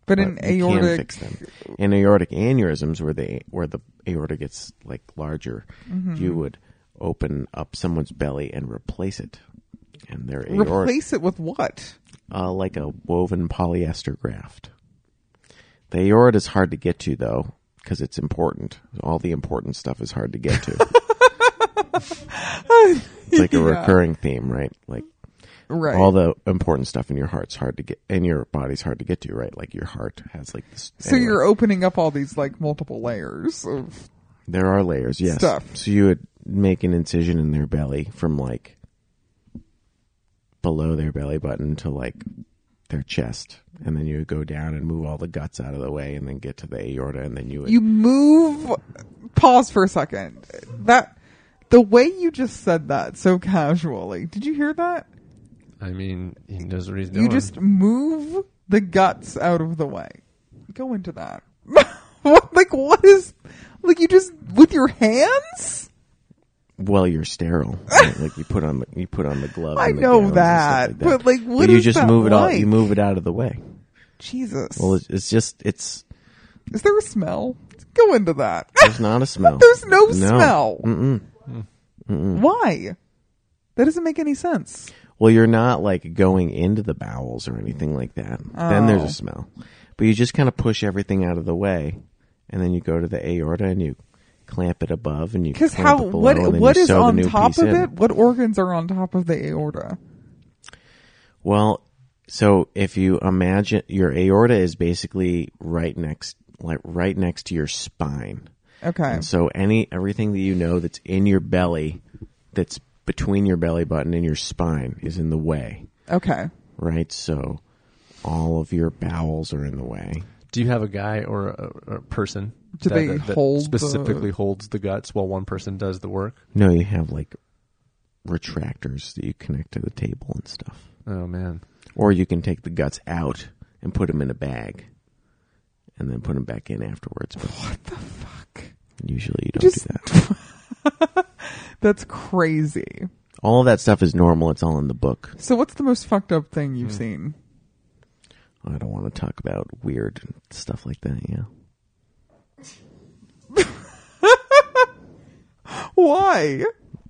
A: but in
C: but you can
A: aortic,
C: fix them. in aortic aneurysms where the where the aorta gets like larger,
A: Mm-hmm.
C: you would open up someone's belly and replace it, and their aorta
A: replace it with what?
C: uh, like a woven polyester graft. The aorta is hard to get to though because it's important. All the important stuff is hard to get to. it's like a
A: Yeah.
C: recurring theme, right? Like
A: Right.
C: all the important stuff in your heart's hard to get, in your body's hard to get to, right? Like your heart has like this.
A: so
C: anyway.
A: you're opening up all these like multiple layers of
C: There are layers, yes.
A: Stuff.
C: So you would make an incision in their belly from like below their belly button to like their chest, and then you would go down and move all the guts out of the way, and then get to the aorta, and then you would.
A: you move pause for a second that the way you just said that so casually did you hear that
D: I mean, he knows what he's doing.
A: you just move the guts out of the way go into that what, like what is like you just with your hands
C: well, you're sterile. right? like you put on the you put on the glove.
A: I
C: and the
A: know
C: gowns and stuff
A: that, but, like, what
C: you
A: is
C: just
A: that
C: move it all.
A: like?
C: You move it out of the way.
A: jesus
C: Well, it's, it's just it's
A: is there a smell go into that
C: there's not a smell.
A: there's no, smell
C: Mm-mm.
A: why that doesn't make any sense
C: Well, you're not like going into the bowels or anything like that. Then there's
A: Oh.
C: a smell. But you just kind of push everything out of the way, and then you go to the aorta and you clamp it above and you
A: because
C: clamp
A: how
C: it below,
A: what
C: and then
A: what
C: you
A: is
C: sew the
A: on
C: new
A: top
C: piece
A: of
C: in.
A: it what organs are on top of the aorta
C: Well, so if you imagine your aorta is basically right next, like right next to your spine.
A: okay
C: And so any everything that you know that's in your belly, that's between your belly button and your spine, is in the way,
A: okay
C: right? So all of your bowels are in the way.
D: Do you have a guy or a, or a person
A: Do
D: that,
A: they
D: that, that
A: hold the-
D: specifically holds the guts while one person does the work?
C: No, you have like retractors that you connect to the table and stuff.
D: Oh man,
C: Or you can take the guts out and put them in a bag and then put them back in afterwards. But
A: What the fuck?
C: usually you don't
A: Just-
C: do that.
A: That's crazy.
C: All of that stuff is normal. It's all in the book.
A: So what's the most fucked up thing
C: Hmm.
A: you've seen?
C: I don't want to talk about weird stuff like that, yeah.
A: Why?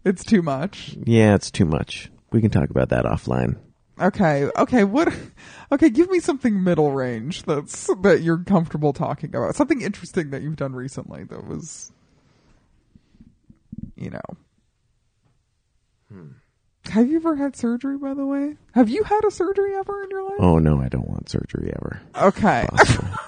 A: It's too much.
C: Yeah, it's too much. We can talk about that offline.
A: Okay, okay, what okay, give me something middle range that's that you're comfortable talking about. Something interesting that you've done recently that was you know.
C: Hmm.
A: Have you ever had surgery by the way? Have you had a surgery ever in your life?
C: Oh no, I don't want surgery ever.
A: okay.
C: Possible.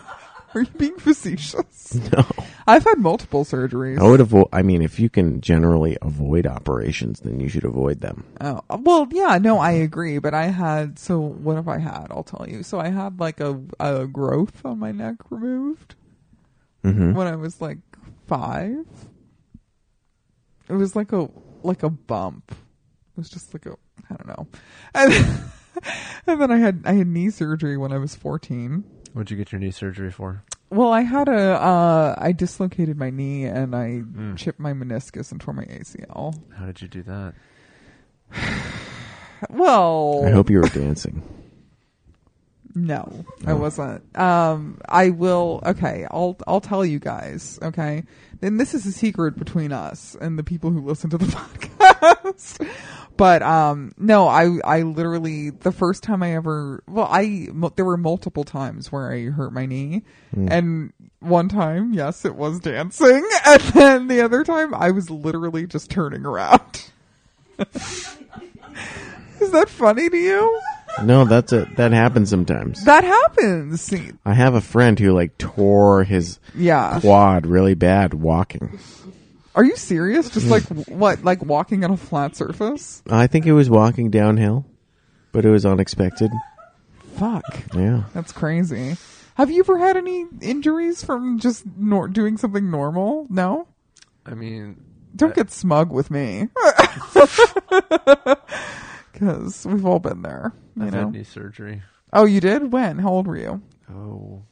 A: Are you being facetious?
C: no.
A: I've had multiple surgeries.
C: I would avoid I mean, if you can generally avoid operations, then you should avoid them.
A: Oh well, yeah, no, I agree. But I had so what have I had? I'll tell you. So I had like a a growth on my neck removed
C: Mhm.
A: when I was like five. It was like a like a bump. It was just like a I don't know. And, and then I had I had knee surgery when I was fourteen.
D: what'd you get your knee surgery for?
A: Well, I had a uh, I dislocated my knee and I chipped my meniscus and tore my ACL.
D: How did you do that?
A: Well,
C: I hope you were dancing.
A: No, I wasn't. Um, I will. Okay, I'll I'll tell you guys. Okay, then this is a secret between us and the people who listen to the podcast. but um, no, I I literally the first time I ever well I mu- there were multiple times where I hurt my knee, and one time yes it was dancing, and then the other time I was literally just turning around. is that funny to you?
C: No, that's a that happens sometimes.
A: That happens. See,
C: I have a friend who like tore his
A: Yeah.
C: quad really bad walking.
A: Are you serious? Just like what? Like walking on a flat surface?
C: I think he was walking downhill, but it was unexpected.
A: Fuck.
C: Yeah.
A: That's crazy. Have you ever had any injuries from just nor- doing something normal? No?
D: I mean,
A: Don't get smug with me. because we've all been there. You
E: I've had
A: know.
E: knee surgery.
A: Oh, you did. When? How old were you?
E: Oh,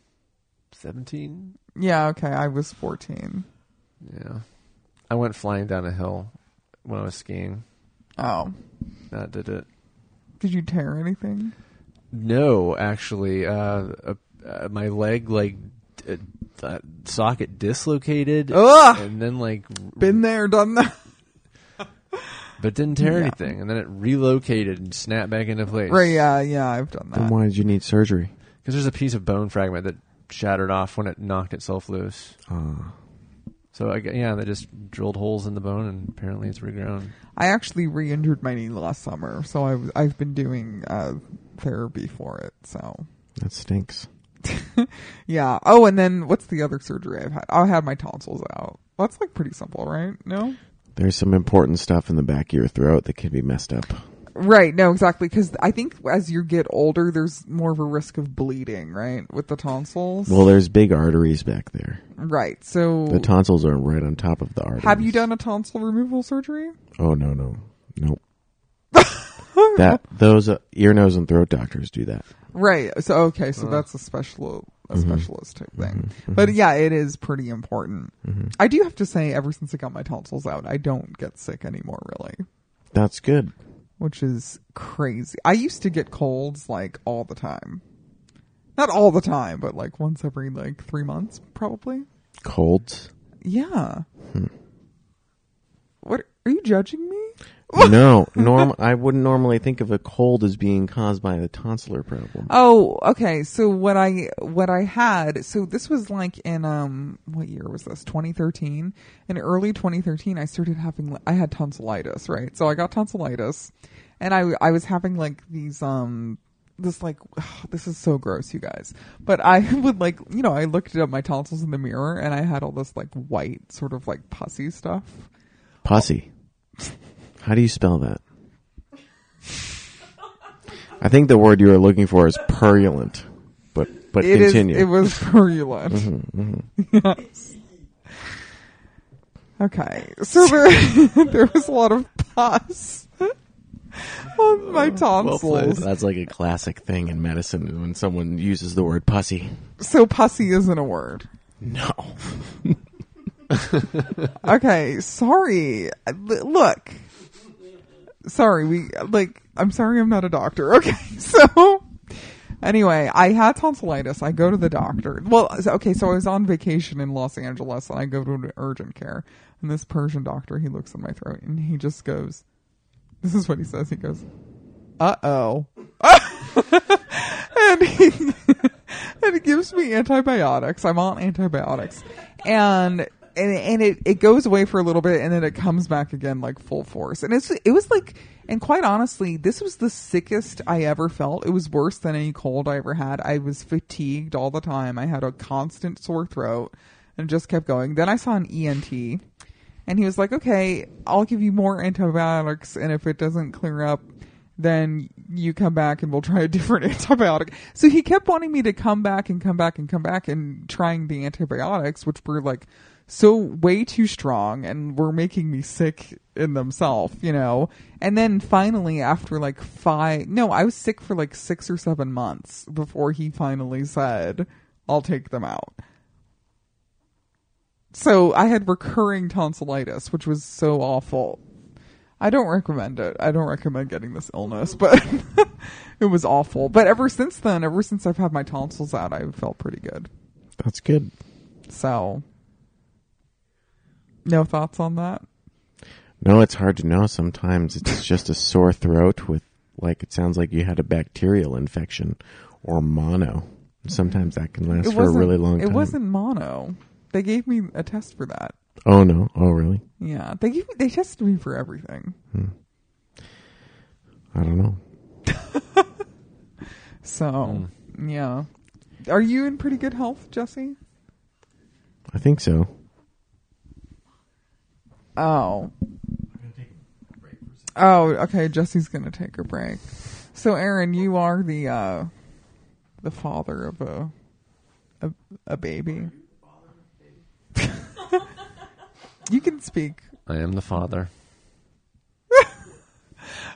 E: 17?
A: Yeah. Okay. I was fourteen.
D: Yeah. I went flying down a hill when I was skiing.
A: Oh,
D: That did it.
A: did you tear anything?
D: No, actually, uh, uh, uh, my leg like d- uh, socket dislocated,
A: Ugh!
D: and then like,
A: Ah! Been there, done that.
D: but didn't tear
A: Yeah.
D: anything, and then it relocated and snapped back into place.
A: Right. Yeah. Yeah. I've done
C: Then
A: that.
C: why did you need surgery?
D: because there's a piece of bone fragment that shattered off when it knocked itself loose.
C: Uh,
D: So I, gu- yeah, they just drilled holes in the bone, and apparently it's regrown.
A: I actually re-injured my knee last summer, so I've I've been doing uh, therapy for it. So
C: that stinks.
A: yeah. Oh, and then what's the other surgery I've had? I had my tonsils out. That's like pretty simple, right? No.
C: There's some important stuff in the back of your throat that could be messed up.
A: Right, no, exactly. Because I think as you get older, there's more of a risk of bleeding, right, with the tonsils.
C: Well, there's big arteries back there.
A: right. So,
C: The tonsils are right on top of the arteries.
A: have you done a tonsil removal surgery?
C: Oh no no nope. that those uh, ear nose and throat doctors do that.
A: Right. So, okay, so that's a special, a specialist type thing. But yeah, it is pretty important. I do have to say, ever since I got my tonsils out, I don't get sick anymore, really,
C: That's good.
A: which is crazy. I used to get colds like all the time. Not all the time, but like once every like three months, probably.
C: Colds?
A: Yeah. What are you judging me?
C: no, norm. I wouldn't normally think of a cold as being caused by the tonsillar problem.
A: Oh, okay. So what I what I had, so this was like in um what year was this? 2013. In early 2013, I started having I had tonsillitis, right? So I got tonsillitis and I I was having like these um this like this is so gross you guys but i would like you know i looked at my tonsils in the mirror and i had all this like white sort of like pussy stuff
C: Pussy. How do you spell that? I think the word you were looking for is purulent, but but
A: It is.
C: continue.
A: It was purulent. Yes. Okay, so there, there was a lot of pus on my tonsils.
C: That's like a classic thing in medicine when someone uses the word pussy.
A: so pussy isn't a word.
C: No,
A: Okay, sorry. I- l- Look, sorry. We like. I'm sorry. I'm not a doctor. Okay, so. Anyway, I had tonsillitis. I go to the doctor. Well, so- okay, so I was on vacation in Los Angeles and I go to an urgent care. And this Persian doctor, he looks in my throat and he just goes, This is what he says. He goes, Uh oh. and, he, and he gives me antibiotics. I'm on antibiotics. And. And, and it, it goes away for a little bit and then it comes back again like full force. And it's it was like and quite honestly, this was the sickest I ever felt. It was worse than any cold I ever had. I was fatigued all the time. I had a constant sore throat and just kept going. Then I saw an E ENT and he was like, okay, I'll give you more antibiotics. And if it doesn't clear up, then you come back and we'll try a different antibiotic. So he kept wanting me to come back and come back and come back and trying the antibiotics, which were like so way too strong and were making me sick in themselves, you know. And then finally, after like five, no, I was sick for like six or seven months before he finally said, I'll take them out. So I had recurring tonsillitis, which was so awful. I don't recommend it. I don't recommend getting this illness, but it was awful. But ever since then, ever since I've had my tonsils out, I've felt pretty good.
C: that's good.
A: So, no thoughts on that?
C: No, it's hard to know. Sometimes it's just a sore throat with, like, it sounds like you had a bacterial infection or mono. Sometimes that can last for a really long
A: it
C: time.
A: wasn't mono. They gave me a test for that.
C: Oh no! Oh really?
A: Yeah, they gave me, they tested me for everything.
C: I don't know.
A: So,
C: Hmm.
A: yeah. Are you in pretty good health, Jesse?
C: I think so.
A: Oh. Oh, okay. Jesse's gonna take a break. So, Aaron, you are the uh, the father of a a, a baby. you can speak.
D: I am the father.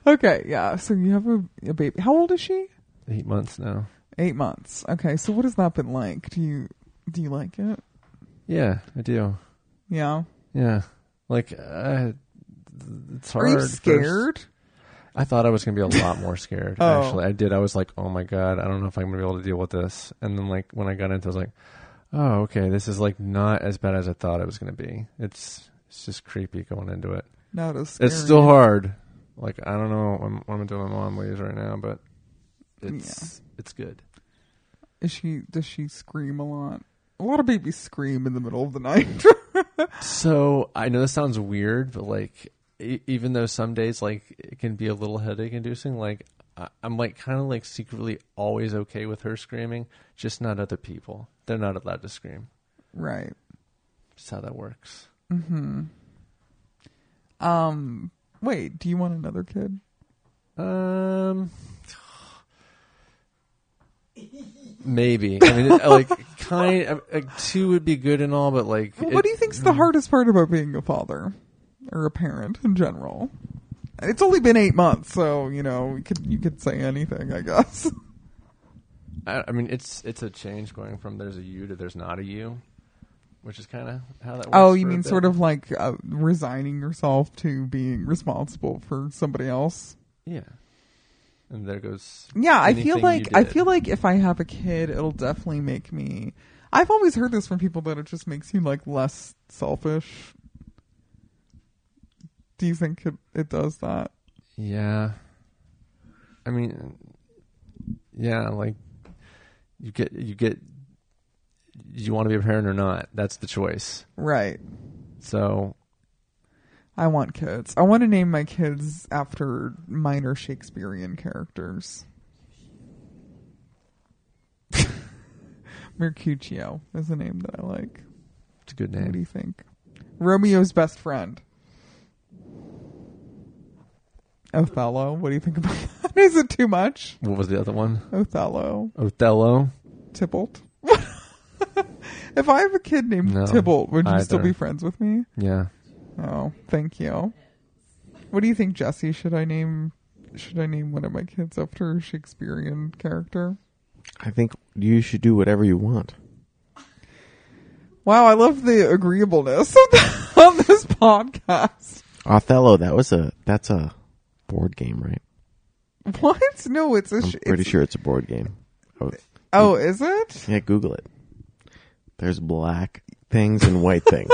A: Okay, yeah. So you have a, a baby. How old is she?
D: Eight months now.
A: Eight months. Okay, so what has that been like? Do you do you like it?
D: Yeah, I do.
A: Yeah.
D: Yeah, like uh, it's hard.
A: Are you
D: at first.
A: scared?
D: I thought I was gonna be a lot more scared.
A: Oh.
D: Actually, I did. I was like, oh my god, I don't know if I'm gonna be able to deal with this. And then like when I got into, it, I was like, oh okay, this is like not as bad as I thought it was gonna be. It's it's just creepy going into it.
A: No, it's scary.
D: It's still hard. Like I don't know what I'm, what I'm doing. My mom leaves right now, but it's it's good.
A: Is she does she scream a lot? A lot of babies scream in the middle of the night.
D: So I know this sounds weird, but like e- even though some days like it can be a little headache inducing, like I- I'm like kind of like secretly always okay with her screaming, just not other people. They're not allowed to scream.
A: right.
D: That's how that works.
A: Um wait, do you want another kid?
D: Um, maybe. I mean, like kind of like, two would be good and all, but like
A: Well, what
D: it- Mm.
A: do you think's the hardest part about being a father or a parent in general? It's only been eight months, so you know you could you could say anything, I guess.
D: I, I mean, it's it's a change going from there's a you to there's not a you, which is kind of how that. works
A: Oh, you
D: for a
A: mean
D: bit.
A: sort of like uh, resigning yourself to being responsible for somebody else?
D: Yeah. And there goes.
A: Yeah, I feel
D: anything
A: like
D: you
A: I
D: did.
A: feel like if I have a kid, it'll definitely make me. I've always heard this from people that it just makes you like less selfish. Do you think it, it does that?
D: Yeah. I mean, yeah, like you get you get you want to be a parent or not. That's the choice.
A: Right.
D: So
A: I want kids. I want to name my kids after minor Shakespearean characters. Mercutio is a name that I like.
D: it's a good
A: What do
D: name.
A: you think? Romeo's best friend. Othello. What do you think about that? Is it too much?
D: What was the other one?
A: Othello.
D: Othello.
A: Tybalt. if I have a kid named
D: No,
A: Tybalt, would you still
D: either.
A: be friends with me?
D: Yeah.
A: Oh, thank you. What do you think, Jesse? Should I name should I name one of my kids after a Shakespearean character?
C: I think you should do whatever you want.
A: Wow, I love the agreeableness of the, on this podcast.
C: Othello, that was a that's a board game, right?
A: What? No, it's a.
C: I'm
A: sh-
C: pretty
A: it's-
C: sure it's a board game. Oh,
A: Oh, is it?
C: yeah, Google it. There's black things and white things.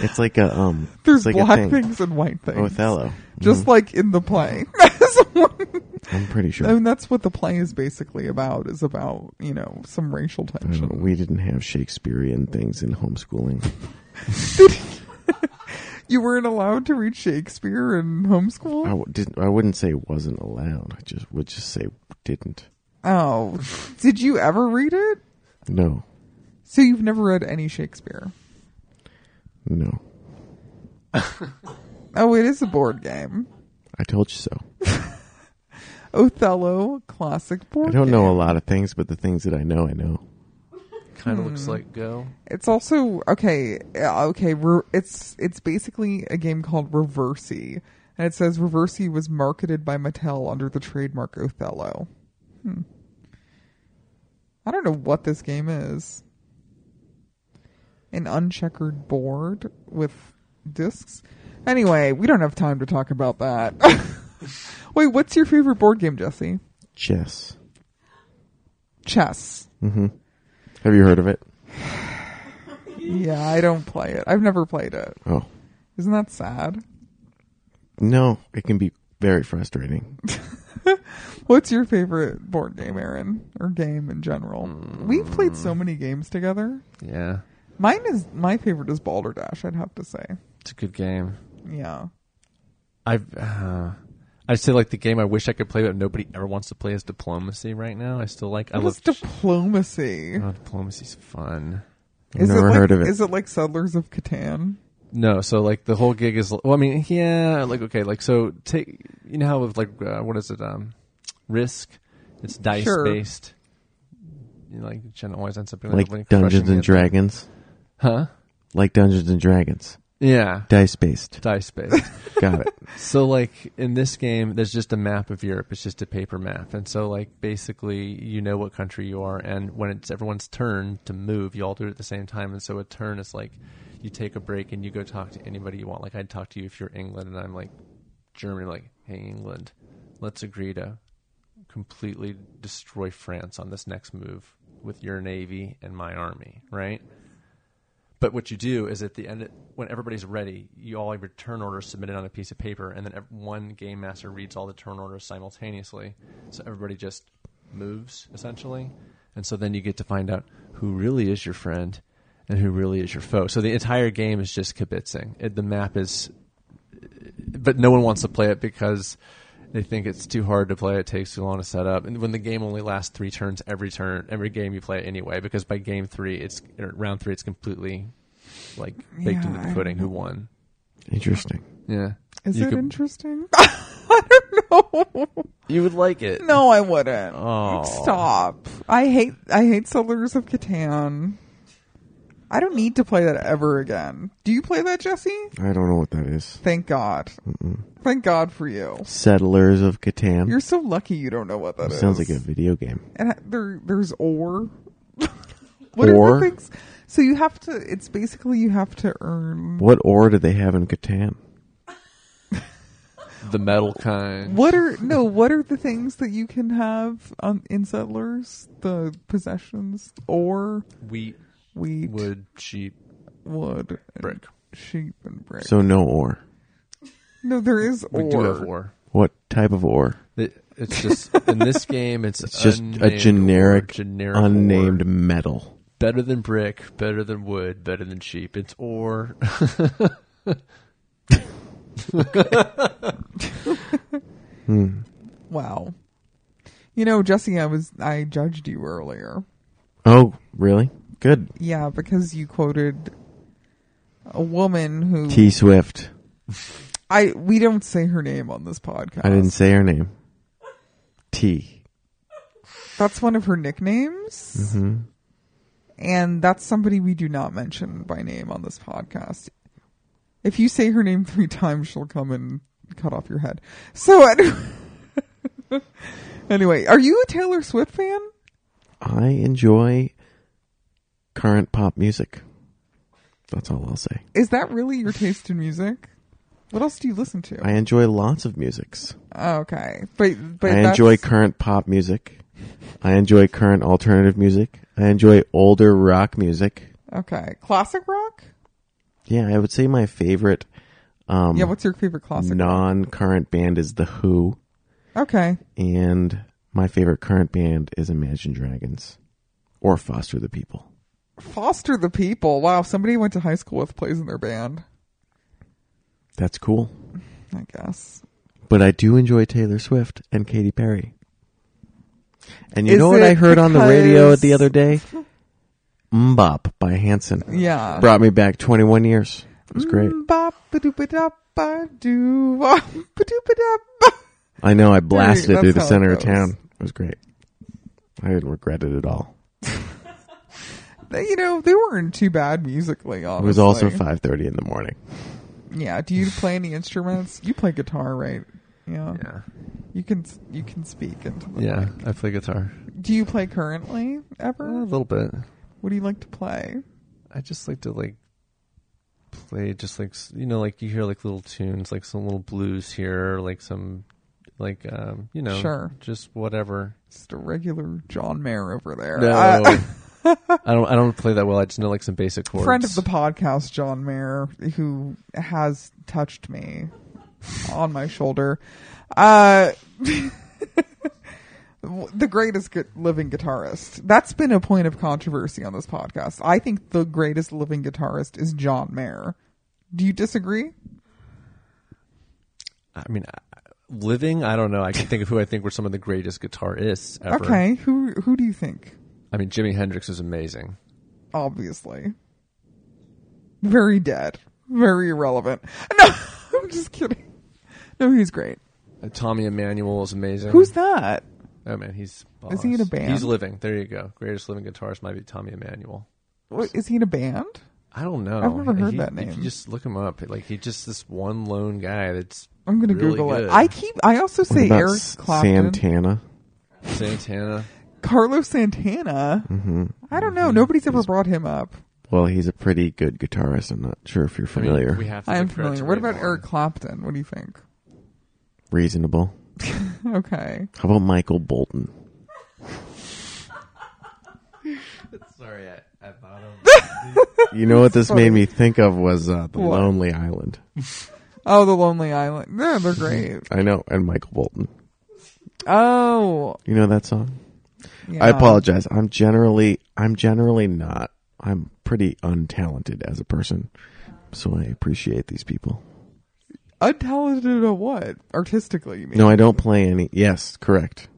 C: It's like a um.
A: There's
C: it's like
A: black
C: a thing. Oh,
A: things and white things.
C: Othello. Mm-hmm.
A: Just like in the play.
C: I'm pretty sure.
A: I mean, that's what the play is basically about. Is about you know some racial
C: I don't know,
A: tension.
C: we didn't have Shakespearean things in homeschooling.
A: You weren't allowed to read Shakespeare in homeschool.
C: I w- didn't. I wouldn't say wasn't allowed. I just would just say didn't.
A: Oh, did you ever read it?
C: No,
A: So you've never read any Shakespeare?
C: no.
A: Oh, it is a board game.
C: I told you so.
A: Othello, classic board.
C: I don't know a
A: game.
C: lot of things, but the things that I know, I know.
D: Kind of looks
A: Hmm.
D: like Go.
A: It's also okay. yeah, Okay, re- it's it's basically a game called Reversi, and it says Reversi was marketed by Mattel under the trademark Othello. Hmm. I don't know what this game is. An uncheckered board with discs. Anyway, we don't have time to talk about that. Wait, what's your favorite board game, Jesse?
C: Chess. Mm-hmm.
A: Chess.
C: Have you heard of it?
A: Yeah, I don't play it. I've never played it.
C: Oh
A: Isn't that sad?
C: no, it can be very frustrating.
A: What's your favorite board game, Aaron, or game in general? We've played so
C: Mm.
A: many games together.
D: Yeah.
A: Mine is my favorite is Balderdash. I'd have to say,
D: It's a good game.
A: yeah.
D: I've. Uh, I say like the game I wish I could play, but nobody ever wants to play is diplomacy right now. I still like. I
A: What is
D: love
A: diplomacy?
D: Oh, diplomacy's fun.
C: I've
A: is
C: never
A: like,
C: heard of it.
A: Is it like Settlers of Catan?
D: No, so like the whole gig is. Well, I mean, yeah, like okay, like so take you know how with like uh, what is it? Um, Risk. It's dice
A: Sure.
D: based. You know, like Jen always ends up being
C: like
D: like,
C: Dungeons
D: crushing
C: and
D: it.
C: Dragons.
D: huh?
C: Like Dungeons and Dragons.
D: Yeah.
C: Dice based.
D: Dice based.
C: Got it.
D: so like in this game, there's just a map of Europe. It's just a paper map, and so like basically you know what country you are, and when it's everyone's turn to move, you all do it at the same time. And so a turn is like you take a break and you go talk to anybody you want. Like I'd talk to you if you're England, and I'm like Germany, like hey England, let's agree to completely destroy France on this next move with your navy and my army, right? But what you do is at the end, when everybody's ready, you all have your turn orders submitted on a piece of paper, and then ev- one game master reads all the turn orders simultaneously. So everybody just moves, essentially. And so then you get to find out who really is your friend and who really is your foe. So the entire game is just kibitzing. It, the map is. But no one wants to play it because they think it's too hard to play. It takes too long to set up. And when the game only lasts three turns every turn, every game you play it anyway, because by game three, it's or round three, it's completely like baked
A: Yeah,
D: into
A: I
D: the
A: don't
D: pudding who won.
C: Interesting.
D: Yeah.
A: Is
D: you
A: it
D: could-
A: interesting? I don't know.
D: You would like it.
A: No, I wouldn't.
D: Oh.
A: Stop. I hate I hate Settlers of Catan. I don't need to play that ever again. Do you play that, Jesse?
C: I don't know what that is.
A: Thank God. Thank God for you.
C: Settlers of Catan.
A: You're so lucky you don't know what that is.
C: Sounds like a video game.
A: and ha- there there's or what are
C: Or?
A: the things so you have to it's basically you have to earn
C: What ore do they have in Catan?
D: The metal kind.
A: what are no what are the things that you can have on in settlers the possessions or
D: Wheat,
A: wheat
D: wood, sheep,
A: wood and
D: brick.
A: sheep and brick
C: So no ore.
A: no there is
D: We
A: or
D: do have war.
C: What type of ore?
D: It- it's just in this game. It's,
C: It's just a
D: unnamed ore,
C: generic,
D: generic
C: unnamed
D: ore.
C: metal.
D: Better than brick. Better than wood. Better than sheep. It's ore.
A: wow you know jesse i was i judged you earlier
C: Oh, really? Good.
A: yeah because you quoted a woman who
C: T Swift.
A: I we don't say her name on this podcast.
C: I didn't say her name. T.
A: That's one of her nicknames,
C: Mm-hmm.
A: and that's somebody we do not mention by name on this podcast. If you say her name three times, she'll come and cut off your head. So any- anyway, are you a Taylor Swift fan?
C: I enjoy current pop music. That's all I'll say.
A: Is that really your taste in music? What else do you listen to? Oh,
C: I enjoy lots of musics.
A: okay, but but
C: I
A: that's-
C: enjoy current pop music. I enjoy current alternative music. I enjoy older rock music.
A: okay classic rock.
C: Yeah, I would say my favorite um,
A: Yeah, what's your favorite classic?
C: non-current band is The Who,
A: Okay,
C: and my favorite current band is Imagine Dragons or Foster the People.
A: Foster the People. Wow, somebody I went to high school with plays in their band,
C: That's cool.
A: I guess.
C: But I do enjoy Taylor Swift and Katy Perry. And you
A: Is
C: know what
A: it
C: I heard on the radio
A: because-
C: the other day? Mbop by Hanson.
A: Yeah. Mm.
C: Brought me back 21 years. It was great.
A: Bop, ba-doop-a-dop, ba-doo, bop, ba-doop-a-dop, ba-
C: I know I blasted
A: that's
C: it through the
A: how it
C: center of
A: goes.
C: town. It was great. I didn't regret it at all.
A: They- You know, they weren't too bad musically,
C: It
A: honestly.
C: was also 5:30 in the morning.
A: Yeah. Do you play any instruments? You play guitar, right? Yeah.
D: yeah.
A: You can you can speak into the
D: Yeah. I play guitar
A: Do you play currently
D: Uh, a
A: ever?
C: Um,
D: little bit.
A: What do you like to play?
D: I just like to like play just like s- you know like you hear like little tunes like some little blues here like some like um you know
A: Sure.
D: just whatever
A: Just a regular John Mayer over there.
D: no
A: Uh,
D: I don't I don't play that well I just know like some basic chords
A: friend of the podcast, John Mayer, who has touched me on my shoulder. Uh, the greatest gu- living guitarist. That's been a point of controversy on this podcast. I think the greatest living guitarist is John Mayer. Do you disagree?
D: I mean I, living I don't know I can think of who I think were some of the greatest guitarists ever
A: Okay, who who do you think?
D: I mean Jimi Hendrix is amazing
A: Obviously, very dead, very irrelevant. No, I'm just kidding. No, he's great.
D: Uh, Tommy Emmanuel is amazing
A: Who's that?
D: oh man he's boss.
A: Is he in a band?
D: he's living there you go greatest living guitarist might be Tommy Emmanuel
A: What, is he in a band?
D: I don't know.
A: I've never heard
D: He-
A: that
D: If
A: name.
D: you just look him up, like he just this one lone guy that's
A: I'm gonna
D: really
A: Google
D: good.
A: it. I keep. I also
C: What
A: say
C: about
A: Eric
C: S-
A: Clapton,
C: Santana?
D: Santana.
A: Carlos Santana.
C: Mm-hmm.
A: I don't know. Nobody's ever brought him up.
C: Well, he's a pretty good guitarist. I'm not sure if you're
D: I mean,
C: familiar.
D: we have to
A: I am
D: look for it to
A: familiar. What
D: read
A: about
D: more.
A: Eric Clapton? What do you think?
C: Reasonable.
A: Okay.
C: How about Michael Bolton?
D: Sorry, I, I thought of
C: You know what this
A: funny.
C: made me think of was uh, The
A: What?
C: Lonely Island.
A: Oh, The Lonely Island. No, they're great.
C: I know, and Michael Bolton.
A: Oh,
C: You know that song?
A: yeah.
C: I apologize. I'm generally I'm generally not. I'm pretty untalented as a person. So I appreciate these people.
A: Untalented at uh, what? Artistically, you mean?
C: No, I don't play any. Yes, correct.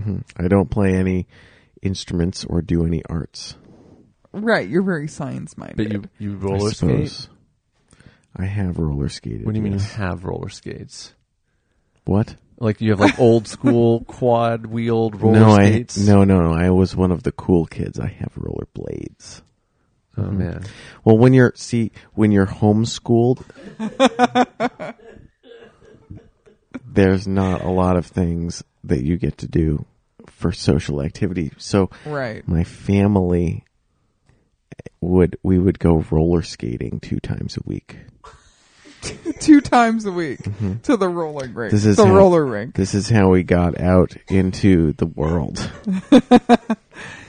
C: hmm I don't play any instruments or do any arts.
A: Right. You're very science minded.
D: But you you
C: I
D: roller skate.
C: suppose. I have roller skated.
D: What do you mean you
C: yes.
D: have roller skates?
C: What?
D: Like you have like old school quad wheeled roller
C: no,
D: skates?
C: I no no no. I was one of the cool kids. I have roller blades.
D: Oh man.
C: Well, when you're see when you're homeschooled, there's not a lot of things that you get to do for social activity. So
A: right.
C: my family eh, would we would go roller skating two times a week.
A: Two times a week to the rolling rink.
C: Mm-hmm. This is
A: the
C: how-
A: roller rink.
C: This is how we got out into the world.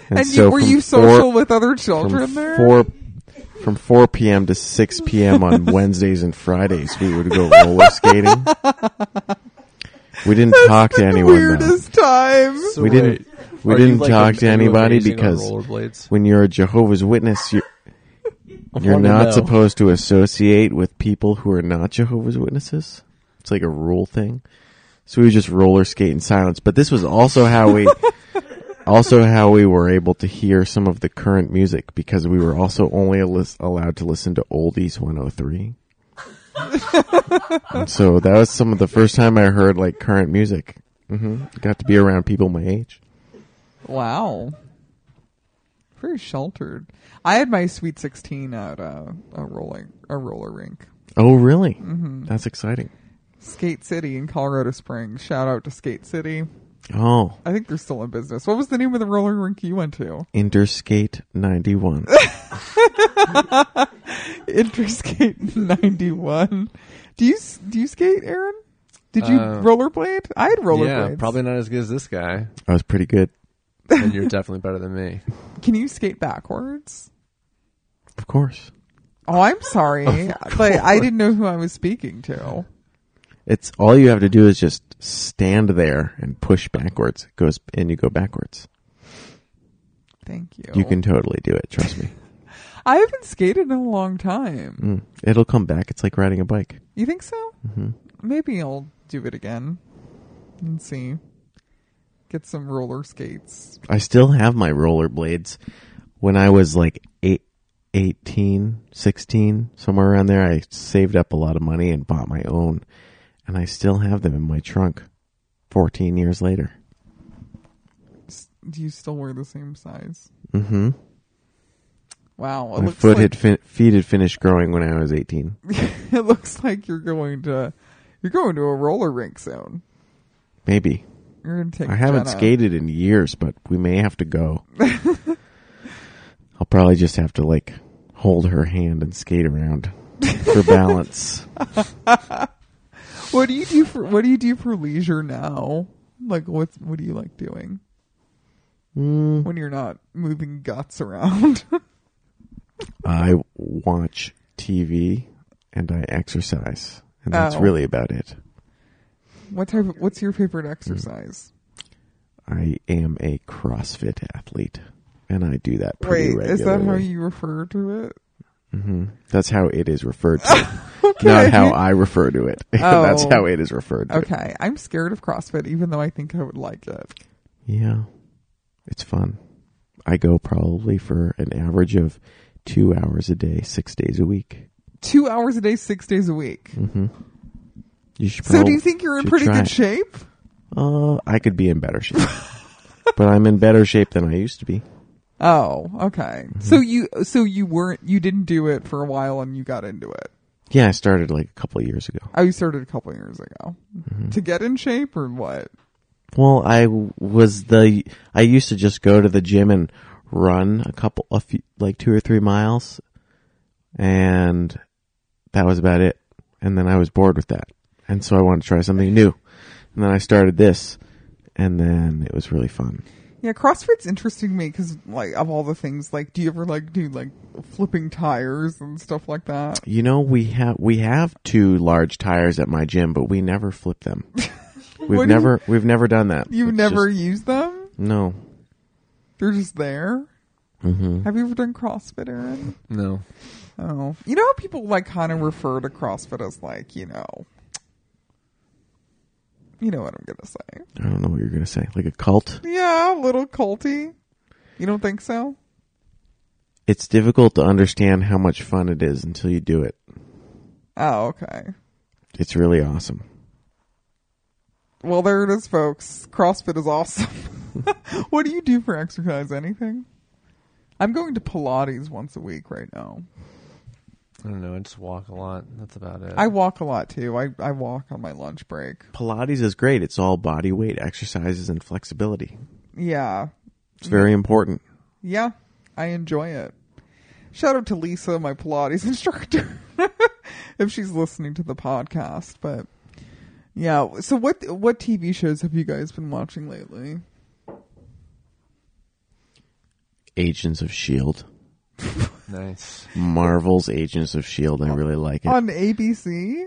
A: And, you, were
C: from
A: you
C: four-
A: social with other
C: from
A: children there?
C: Four, from 4 p.m. to 6 p.m. on Wednesdays and Fridays, we would go roller skating. We didn't talk to anyone. though.
A: Weirdest time.
D: So
C: We didn't-
D: wait,
C: we
D: are
C: didn't
D: you, like,
C: talk
D: a-
C: to
D: are you
C: anybody
D: amazing on
C: because-
D: rollerblades.
C: When you're a Jehovah's Witness, you're,
D: I
C: you're
D: wanna
C: not
D: know.
C: supposed to associate with people who are not Jehovah's Witnesses. It's like a rule thing. So we would just roller skate in silence. But this was also how we, also how we were able to hear some of the current music because we were also only al- allowed to listen to Oldies 103. and so that was some of the first time I heard like current music. hmm Got to be around people my age.
A: Wow. Very sheltered. I had my sweet sixteen at a, a rolling a roller rink.
C: Oh, really? That's exciting.
A: Skate City in Colorado Springs. Shout out to Skate City.
C: Oh,
A: I think they're still in business. What was the name of the roller rink you went to?
C: Interskate 91.
A: Interskate ninety one. Do you s- do you skate, Aaron? Did you
D: Uh,
A: rollerblade? I had rollerblades.
D: Yeah, probably not as good as this guy.
C: I was pretty good.
D: and you're definitely better than me.
A: Can you skate backwards?
C: Of course.
A: Oh, I'm sorry, but I didn't know who I was speaking to.
C: It's all you have to do is just stand there and push backwards. It goes and you go backwards.
A: Thank you.
C: You can totally do it, trust me.
A: I haven't skated in a long time.
C: Mm. It'll come back. It's like riding a bike.
A: You think so? Mm-hmm. Maybe I'll do it again and see. Get some roller skates.
C: I still have my rollerblades. When I was like eight, 18, 16, somewhere around there, I saved up a lot of money and bought my own. And I still have them in my trunk 14 years later.
A: S- Do you still wear the same size?
C: hmm
A: Wow, it
C: My
A: looks
C: foot
A: like
C: had fin- feet had finished growing when I was 18.
A: it looks like you're going to you're going to a roller rink soon.
C: Maybe.
A: You're gonna take.
C: I haven't
A: Jenna.
C: skated in years, but we may have to go. I'll probably just have to like hold her hand and skate around for balance.
A: What do you do for What do you do for leisure now? Like, what's what do you like doing
C: Mm,
A: when you're not moving guts around?
C: I watch TV and I exercise, and that's
A: Oh.
C: really about it.
A: what type? Of, what's your favorite exercise?
C: I am a CrossFit athlete, and I do that pretty
A: Wait,
C: regularly.
A: is that how you refer to it?
C: hmm That's how it is referred to,
A: Okay.
C: not how I refer to it. that's
A: Oh.
C: how it is referred to.
A: Okay, I'm scared of CrossFit, even though I think I would like it.
C: Yeah. It's fun. I go probably for an average of two hours a day, six days a week.
A: Two hours a day, six days a week.
C: hmm You should
A: So, do you
C: prob-
A: think you're in
C: should
A: pretty
C: try
A: good
C: it.
A: shape?
C: Uh, I could be in better shape. but I'm in better shape than I used to be.
A: Oh, okay.
C: Mm-hmm.
A: So you so you weren't you didn't do it for a while and you got into it.
C: Yeah, I started like a couple of years ago.
A: Oh, you started a couple years ago
C: Mm-hmm.
A: to get in shape or what?
C: Well, I w- was the I used to just go to the gym and run a couple a few, like 2 or 3 miles and that was about it. And then I was bored with that. And so I wanted to try something new. And then I started this and then it was really fun.
A: Yeah, CrossFit's interesting to me because like of all the things, like do you ever like do like flipping tires and stuff like that?
C: You know, we have we have two large tires at my gym, but we never flip them.
A: do you-
C: We've never we've never done that.
A: You
C: It's
A: never
C: just-
A: use them?
C: no.
A: They're just there.
C: Mm-hmm.
A: Have you ever done CrossFit, Aaron?
D: No.
A: Oh, you know how people like kind of refer to CrossFit as like you know, you know what I'm gonna say?
C: I don't know what you're going to say. Like a cult.
A: Yeah, a little culty. You don't think so?
C: It's difficult to understand how much fun it is until you do it.
A: Oh, okay.
C: It's really awesome.
A: Well, there it is, folks. CrossFit is awesome. what do you do for exercise? Anything? I'm going to Pilates once a week right now.
D: I don't know. I just walk a lot. That's about it.
A: I walk a lot too. I, I walk on my lunch break.
C: Pilates is great. It's all body weight exercises and flexibility.
A: Yeah.
C: It's very important.
A: Yeah. I enjoy it. Shout out to Lisa, my Pilates instructor, if she's listening to the podcast. But yeah. So what what TV shows have you guys been watching lately?
C: Agents of Shield.
D: nice.
C: E Marvel's Agents of Shield. I really like it.
A: On ABC?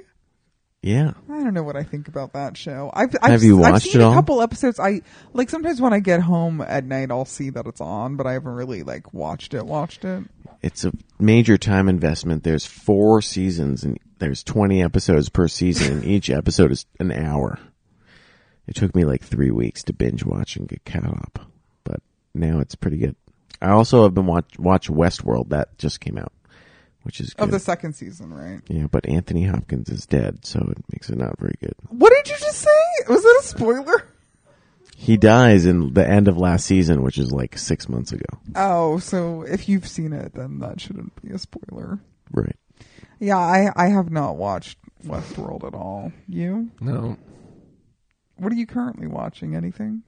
C: Yeah.
A: I don't know what I think about that show. I've, I've
C: Have you
A: I've
C: watched
A: seen
C: it
A: A
C: all?
A: couple episodes. I like sometimes when I get home at night, I'll see that it's on, but I haven't really like watched it. Watched it.
C: It's a major time investment. There's 4 seasons and there's 20 episodes per season and each episode is an hour. It took me like 3 weeks to binge watch and get caught up, but now it's pretty good. I also have been watch watch Westworld that just came out, which is good.
A: Of the second season, right?
C: Yeah, but Anthony Hopkins is dead, so it makes it not very good.
A: What did you just say? Was that a spoiler?
C: He dies in the end of last season, which is like six months ago.
A: Oh, so if you've seen it, then that shouldn't be a spoiler.
C: Right.
A: Yeah, I I have not watched Westworld at all. You?
D: No.
A: What are you currently watching? Anything?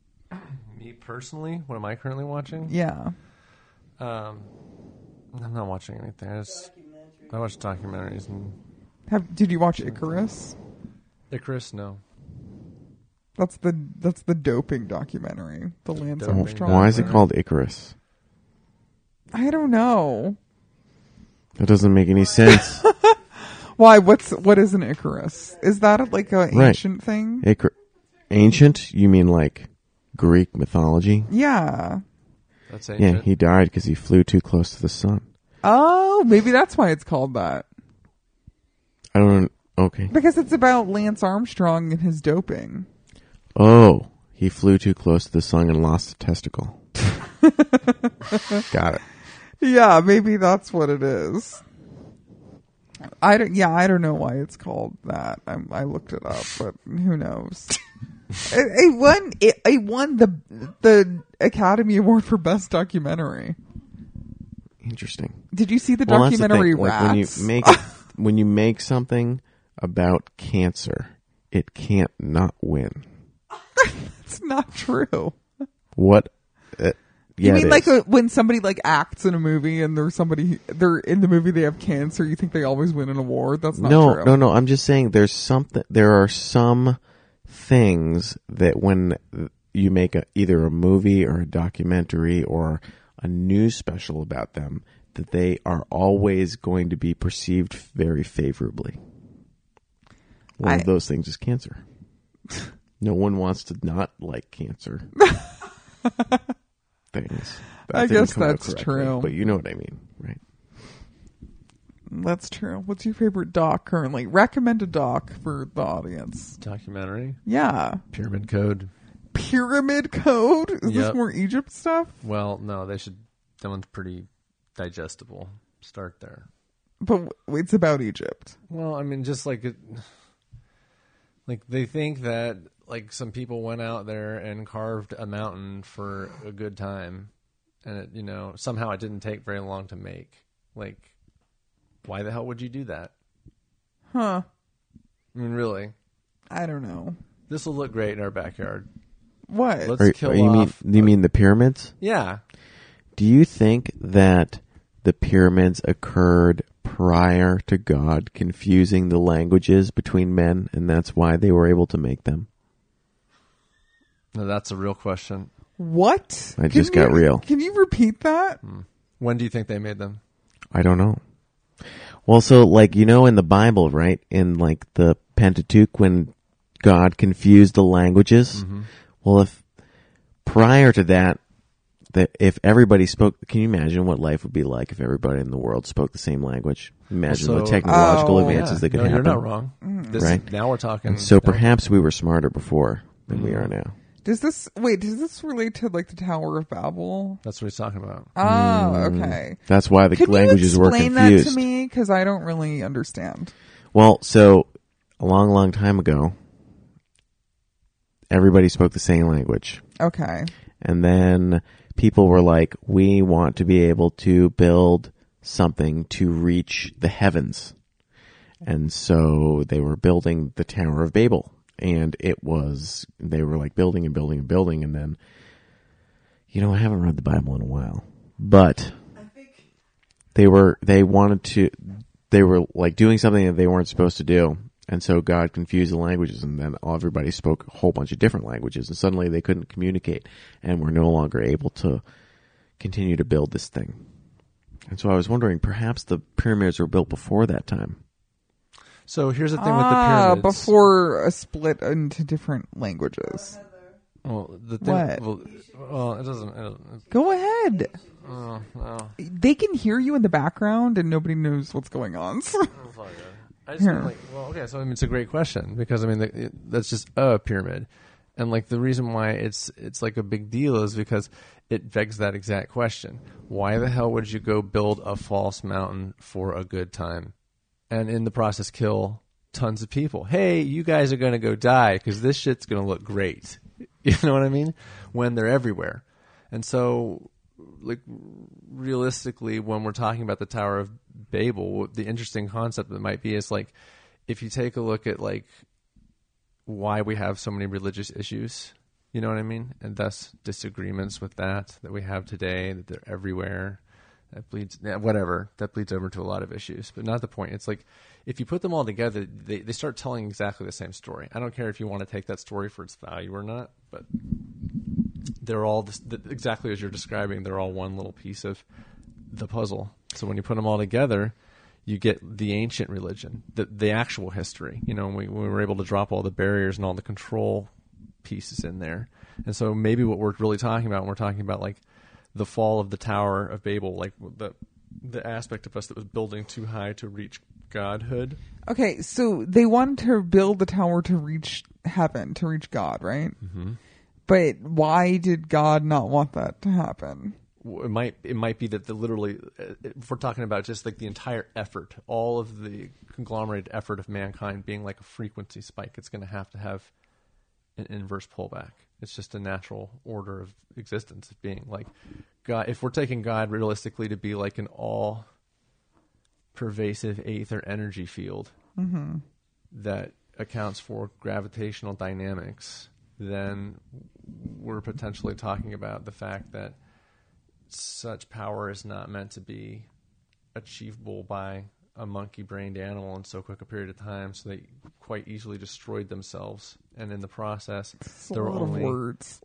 D: Me personally, what am I currently watching?
A: Yeah.
D: Um, I'm not watching anything. I just I watch documentaries and
A: Have did you watch Icarus?
D: Icarus. No.
A: That's the that's the doping documentary. The Lance
D: Doping
A: Armstrong.
C: Why is it
D: Right.
C: called Icarus?
A: I don't know.
C: That doesn't make any sense.
A: Why? What's what is an Icarus? Is that like an
C: Right.
A: ancient thing?
C: Icar- ancient? You mean like Greek mythology?
A: Yeah.
D: That's
C: Yeah,
D: ancient.
C: he died because he flew too close to the sun.
A: Oh, maybe that's why it's called that.
C: I don't. Okay.
A: Because it's about Lance Armstrong and his doping.
C: Oh, he flew too close to the sun and lost a testicle. Got it.
A: Yeah, maybe that's what it is. I don't. Yeah, I don't know why it's called that. i I looked it up, but who knows? it, it won. It, it won the the Academy Award for Best Documentary.
C: Interesting.
A: Did you see the
C: Well, that's the
A: documentary
C: thing, like, when you
A: Rats?
C: make when you make something about cancer, it can't not win.
A: it's not true.
C: What? Uh, yeah,
A: You
C: it
A: mean like
C: is.
A: uh when somebody like acts in a movie and there's somebody they're in the movie they have cancer? You think they always win an award? That's not
C: no,
A: true.
C: no, no. I'm just saying there's something. There are some things that when you make a, either a movie or a documentary or a news special about them, that they are always going to be perceived very favorably. One
A: I-
C: of those things is cancer. no one wants to not like cancer. things. That
A: I
C: didn't
A: guess
C: come out
A: that's
C: correctly,
A: true.
C: but you know what I mean, right?
A: that's true. What's your favorite doc currently? Recommend a doc for the audience.
D: Documentary.
A: Yeah,
D: Pyramid Code.
A: Pyramid Code. Is this
D: Yep.
A: more Egypt stuff?
D: Well, no, they should. That one's pretty digestible. Start there.
A: But w- it's about Egypt.
D: Well, I mean, just like, it, like they think that like some people went out there and carved a mountain for a good time, and it you know somehow it didn't take very long to make. Like, why the hell would you do that?
A: Huh.
D: I mean, really,
A: I don't know.
D: this will look great in our backyard.
A: What?
D: Let's
C: Are,
D: kill
C: are you mean
D: off.
C: do you mean the pyramids?
D: yeah,
C: Do you think that the pyramids occurred prior to God confusing the languages between men, and that's why they were able to make them?
D: no, that's a real question.
A: what?
C: I just got
A: you-
C: real.
A: Can you repeat that?
D: When do you think they made them?
C: I don't know. Well, so like you know in the Bible, right? In like the Pentateuch, when God confused the languages.
D: Mm-hmm.
C: Well, if prior to that, that if everybody spoke, can you imagine what life would be like if everybody in the world spoke the same language? Imagine
D: Well,
C: the
D: so-
C: technological
A: Oh,
C: advances that could
D: no,
C: happen.
D: you're not wrong.
A: Mm.
D: This,
C: Right.
D: Now we're talking.
C: So perhaps we were smarter before than we are now.
A: Does this wait? Does this relate to like the Tower of Babel?
D: that's what he's talking about.
A: Oh, okay.
C: That's why the
A: Could
C: languages
A: you
C: were
A: explain
C: confused.
A: that to me? Because I don't really understand.
C: Well, so a long, long time ago, everybody spoke the same language.
A: Okay.
C: And then people were like, we want to be able to build something to reach the heavens. And so they were building the Tower of Babel. And it was, they were like building and building and building. And then, you know, I haven't read the Bible in a while, but they were, they wanted to, they were like doing something that they weren't supposed to do. And so God confused the languages and then all- everybody spoke a whole bunch of different languages and suddenly they couldn't communicate and were no longer able to continue to build this thing. And so I was wondering, perhaps the pyramids were built before that time.
D: So here's the thing with the
A: Ah,
D: pyramids.
A: before a split into different languages.
D: well, the thing,
A: What?
D: Well, well, it doesn't. It doesn't
A: Go ahead.
D: oh, oh.
A: They can hear you in the background, and nobody knows what's going on. So-
D: I just
A: Yeah.
D: like, well, okay. So I mean, it's a great question because I mean, the, it, that's just a pyramid, and like the reason why it's it's like a big deal is because it begs that exact question: Why the hell would you go build a false mountain for a good time, and in the process kill tons of people? Hey, you guys are gonna go die because this shit's gonna look great. You know what I mean? When they're everywhere, and so like realistically, when we're talking about the Tower of Babel, what the interesting concept that might be is like if you take a look at like why we have so many religious issues, you know what I mean, and thus disagreements with that that we have today that they're everywhere. That bleeds, yeah, whatever. That bleeds over to a lot of issues, but not the point. It's like if you put them all together, they, they start telling exactly the same story. I don't care if you want to take that story for its value or not, but they're all this, th- exactly as you're describing. They're all one little piece of the puzzle. So when you put them all together, you get the ancient religion, the the actual history. You know, we, we were able to drop all the barriers and all the control pieces in there. And so maybe what we're really talking about, when we're talking about like the fall of the Tower of Babel, like the the aspect of us that was building too high to reach godhood.
A: okay, so they wanted to build the tower to reach heaven, to reach God, right? Mm-hmm. But why did God not want that to happen?
D: w- it might it might be that the literally uh, if we're talking about just like the entire effort all of the conglomerated effort of mankind being like a frequency spike it's going to have to have an inverse pullback it's just a natural order of existence of being like god if we're taking god realistically to be like an all pervasive aether energy field
A: Mm-hmm.
D: that accounts for gravitational dynamics then we're potentially talking about the fact that such power is not meant to be achievable by a monkey brained animal in so quick a period of time, so they quite easily destroyed themselves. And in the process,
A: It's a
D: there were
A: lot of
D: only
A: words.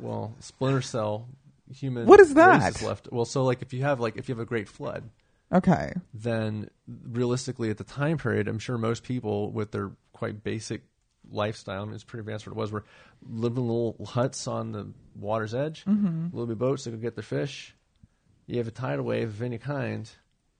D: well, splinter cell human.
A: What is that?
D: races Left. Well, so like if you have like if you have a great flood,
A: Okay.
D: then realistically at the time period, I'm sure most people with their quite basic lifestyle, I mean, it's pretty advanced what it was, were living in little huts on the water's edge, little bit of boats that could get their fish. You have a tidal wave of any kind,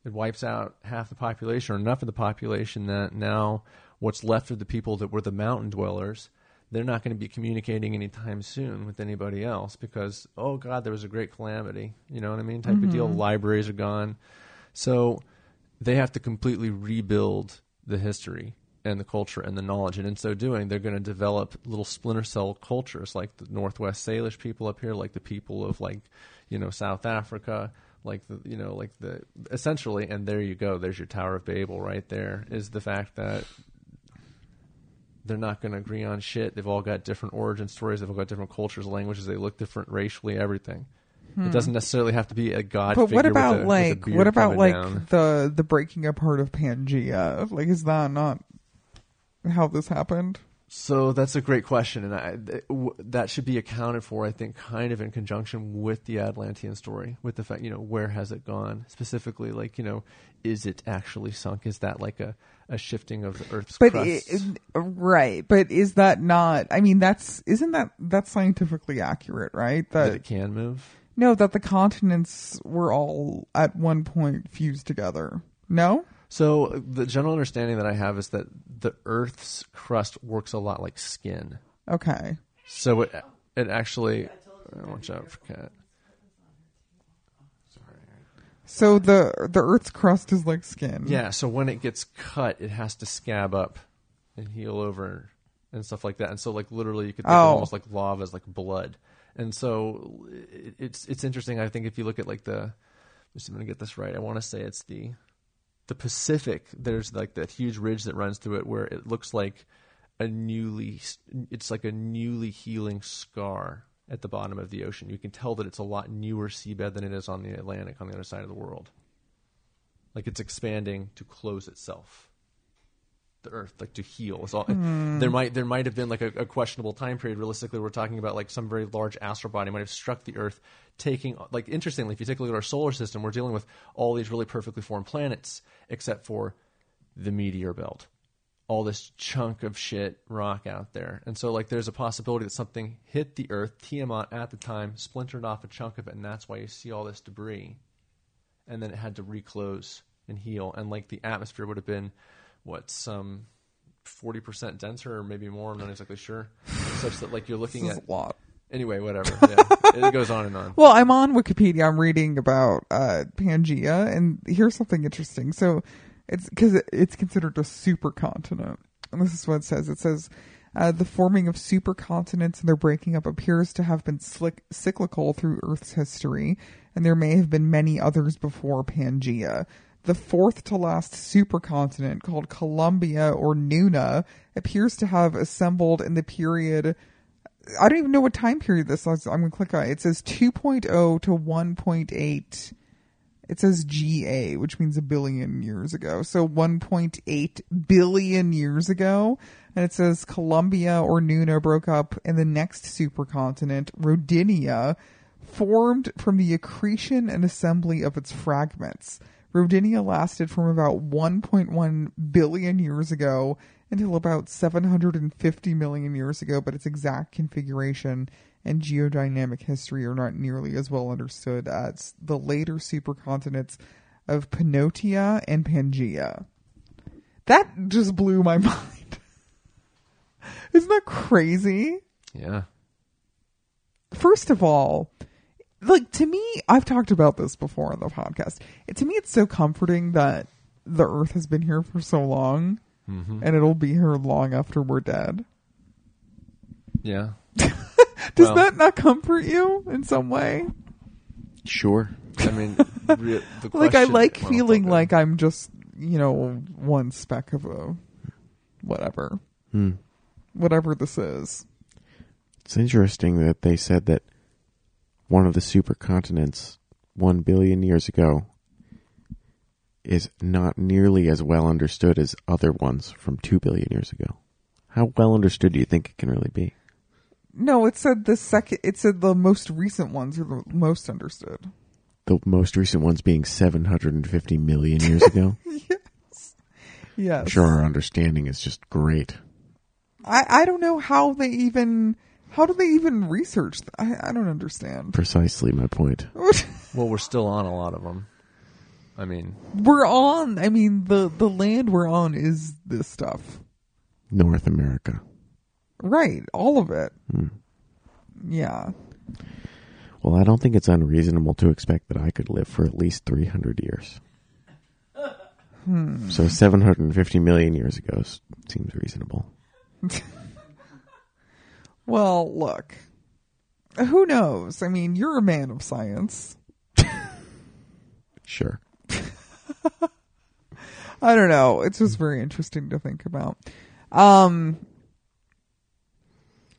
D: it wipes out half the population or enough of the population that now what's left of the people that were the mountain dwellers, they're not going to be communicating anytime soon with anybody else because, oh God, there was a great calamity. You know what I mean? Type of deal. Libraries are gone. So they have to completely rebuild the history and the culture and the knowledge. And in so doing, they're going to develop little splinter cell cultures like the Northwest Salish people up here, like the people of like, you know, South Africa, like the, you know, like the, essentially, and there you go. There's your Tower of Babel right there is the fact that they're not going to agree on shit. They've all got different origin stories. They've all got different cultures, languages. They look different racially, everything. It doesn't necessarily have to be a god.
A: Hmm. But what
D: figure with a-
A: about
D: with a
A: like
D: beard
A: what about
D: coming
A: like
D: down.
A: the the breaking apart of Pangea? Like, is that not how this happened?
D: So that's a great question, and I, th- w- that should be accounted for, I think, kind of in conjunction with the Atlantean story, with the fact, you know, where has it gone specifically? Like, you know, is it actually sunk? Is that like a, a shifting of the Earth's
A: But
D: crust?
A: i right, but is that not? I mean, that's isn't that that's scientifically accurate, right?
D: that
A: That
D: it can move.
A: no, that the continents were all at one point fused together. No,
D: So uh, the general understanding that I have is that the Earth's crust works a lot like skin.
A: okay,
D: So it it actually. oh, Watch out for cat.
A: so the the Earth's crust is like skin.
D: Yeah, so when it gets cut, it has to scab up and heal over and stuff like that. And so, like literally, you could think
A: Oh.
D: of almost like lava as like blood. And so, it, it's it's interesting. I think if you look at like the, just I'm gonna get this right. I want to say it's the, the Pacific. There's like that huge ridge that runs through it where it looks like a newly, it's like a newly healing scar at the bottom of the ocean. You can tell that it's a lot newer seabed than it is on the Atlantic on the other side of the world like it's expanding to close itself the earth like to heal it's all there might there might have been like a, a questionable time period realistically we're talking about like some very large astral body might have struck the earth taking like interestingly if you take a look at our solar system we're dealing with all these really perfectly formed planets except for the meteor belt all this chunk of shit rock out there and so like there's a possibility that something hit the earth tiamat at the time splintered off a chunk of it and that's why you see all this debris and then it had to reclose and heal. And like the atmosphere would have been what some forty percent denser or maybe more. I'm not exactly sure. Such that like you're looking
A: this
D: at
A: is a lot.
D: anyway, whatever. Yeah. it goes on and on.
A: Well, I'm on Wikipedia. I'm reading about uh, Pangea, and here's something interesting. So, it's because it's considered a supercontinent, and this is what it says. It says uh, the forming of supercontinents and their breaking up appears to have been slick, cyclical through Earth's history, and there may have been many others before Pangea. The fourth to last supercontinent, called Columbia or Nuna, appears to have assembled in the period I don't even know what time period this is. I'm going to click on it. It says 2.0 to 1.8. It says GA, which means a billion years ago. So 1.8 billion years ago. And it says Columbia or Nuna broke up and the next supercontinent, Rodinia, formed from the accretion and assembly of its fragments. Rodinia lasted from about 1.1 billion years ago until about 750 million years ago, but its exact configuration and geodynamic history are not nearly as well understood as the later supercontinents of Pannotia and Pangea. That just blew my mind. Isn't that crazy?
D: Yeah.
A: first of all, like to me, I've talked about this before on the podcast. It, to me, it's so comforting that the Earth has been here for so long, and it'll be here long after we're dead.
D: Yeah.
A: Does
D: Well-
A: that not comfort you in some way?
C: Sure.
D: I mean, re- the
A: like I
D: question-
A: like
D: well,
A: feeling
D: okay.
A: like I'm just you know one speck of a whatever,
D: Hmm.
A: whatever this is.
C: It's interesting that they said that one of the supercontinents 1 billion years ago is not nearly as well understood as other ones from 2 billion years ago. How well understood do you think it can really be?
A: No, it said the second. It said the most recent ones are the most understood.
C: The most recent ones being 750 million years ago.
A: Yes,
C: I'm sure our understanding is just great.
A: I, I don't know how they even how do they even research th- I, I don't understand.
C: Precisely my point.
D: Well, we're still on a lot of them. I mean,
A: we're on I mean the the land we're on is this stuff.
C: North America.
A: Right, all of it.
D: Hmm.
A: Yeah.
C: Well, I don't think it's unreasonable to expect that I could live for at least 300 years. So 750 million years ago s- seems reasonable.
A: Well, look. Who knows? I mean, you're a man of science.
C: Sure.
A: I don't know. It's just very interesting to think about. Um,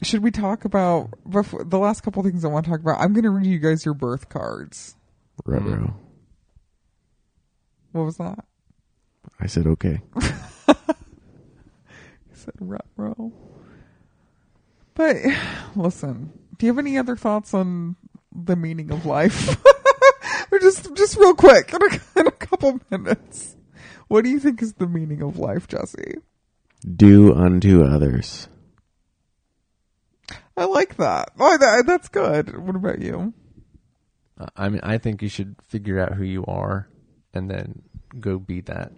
A: should we talk about before, the last couple things I want to talk about? I'm going to read you guys your birth cards.
C: Ruh
A: What was that?
C: I said okay.
A: I said rut row. But listen, do you have any other thoughts on the meaning of life? or just just real quick in a, in a couple minutes. What do you think is the meaning of life, Jesse?
C: Do unto others.
A: I like that. Oh, that, that's good. What about you?
D: Uh, I mean, I think you should figure out who you are and then go be that.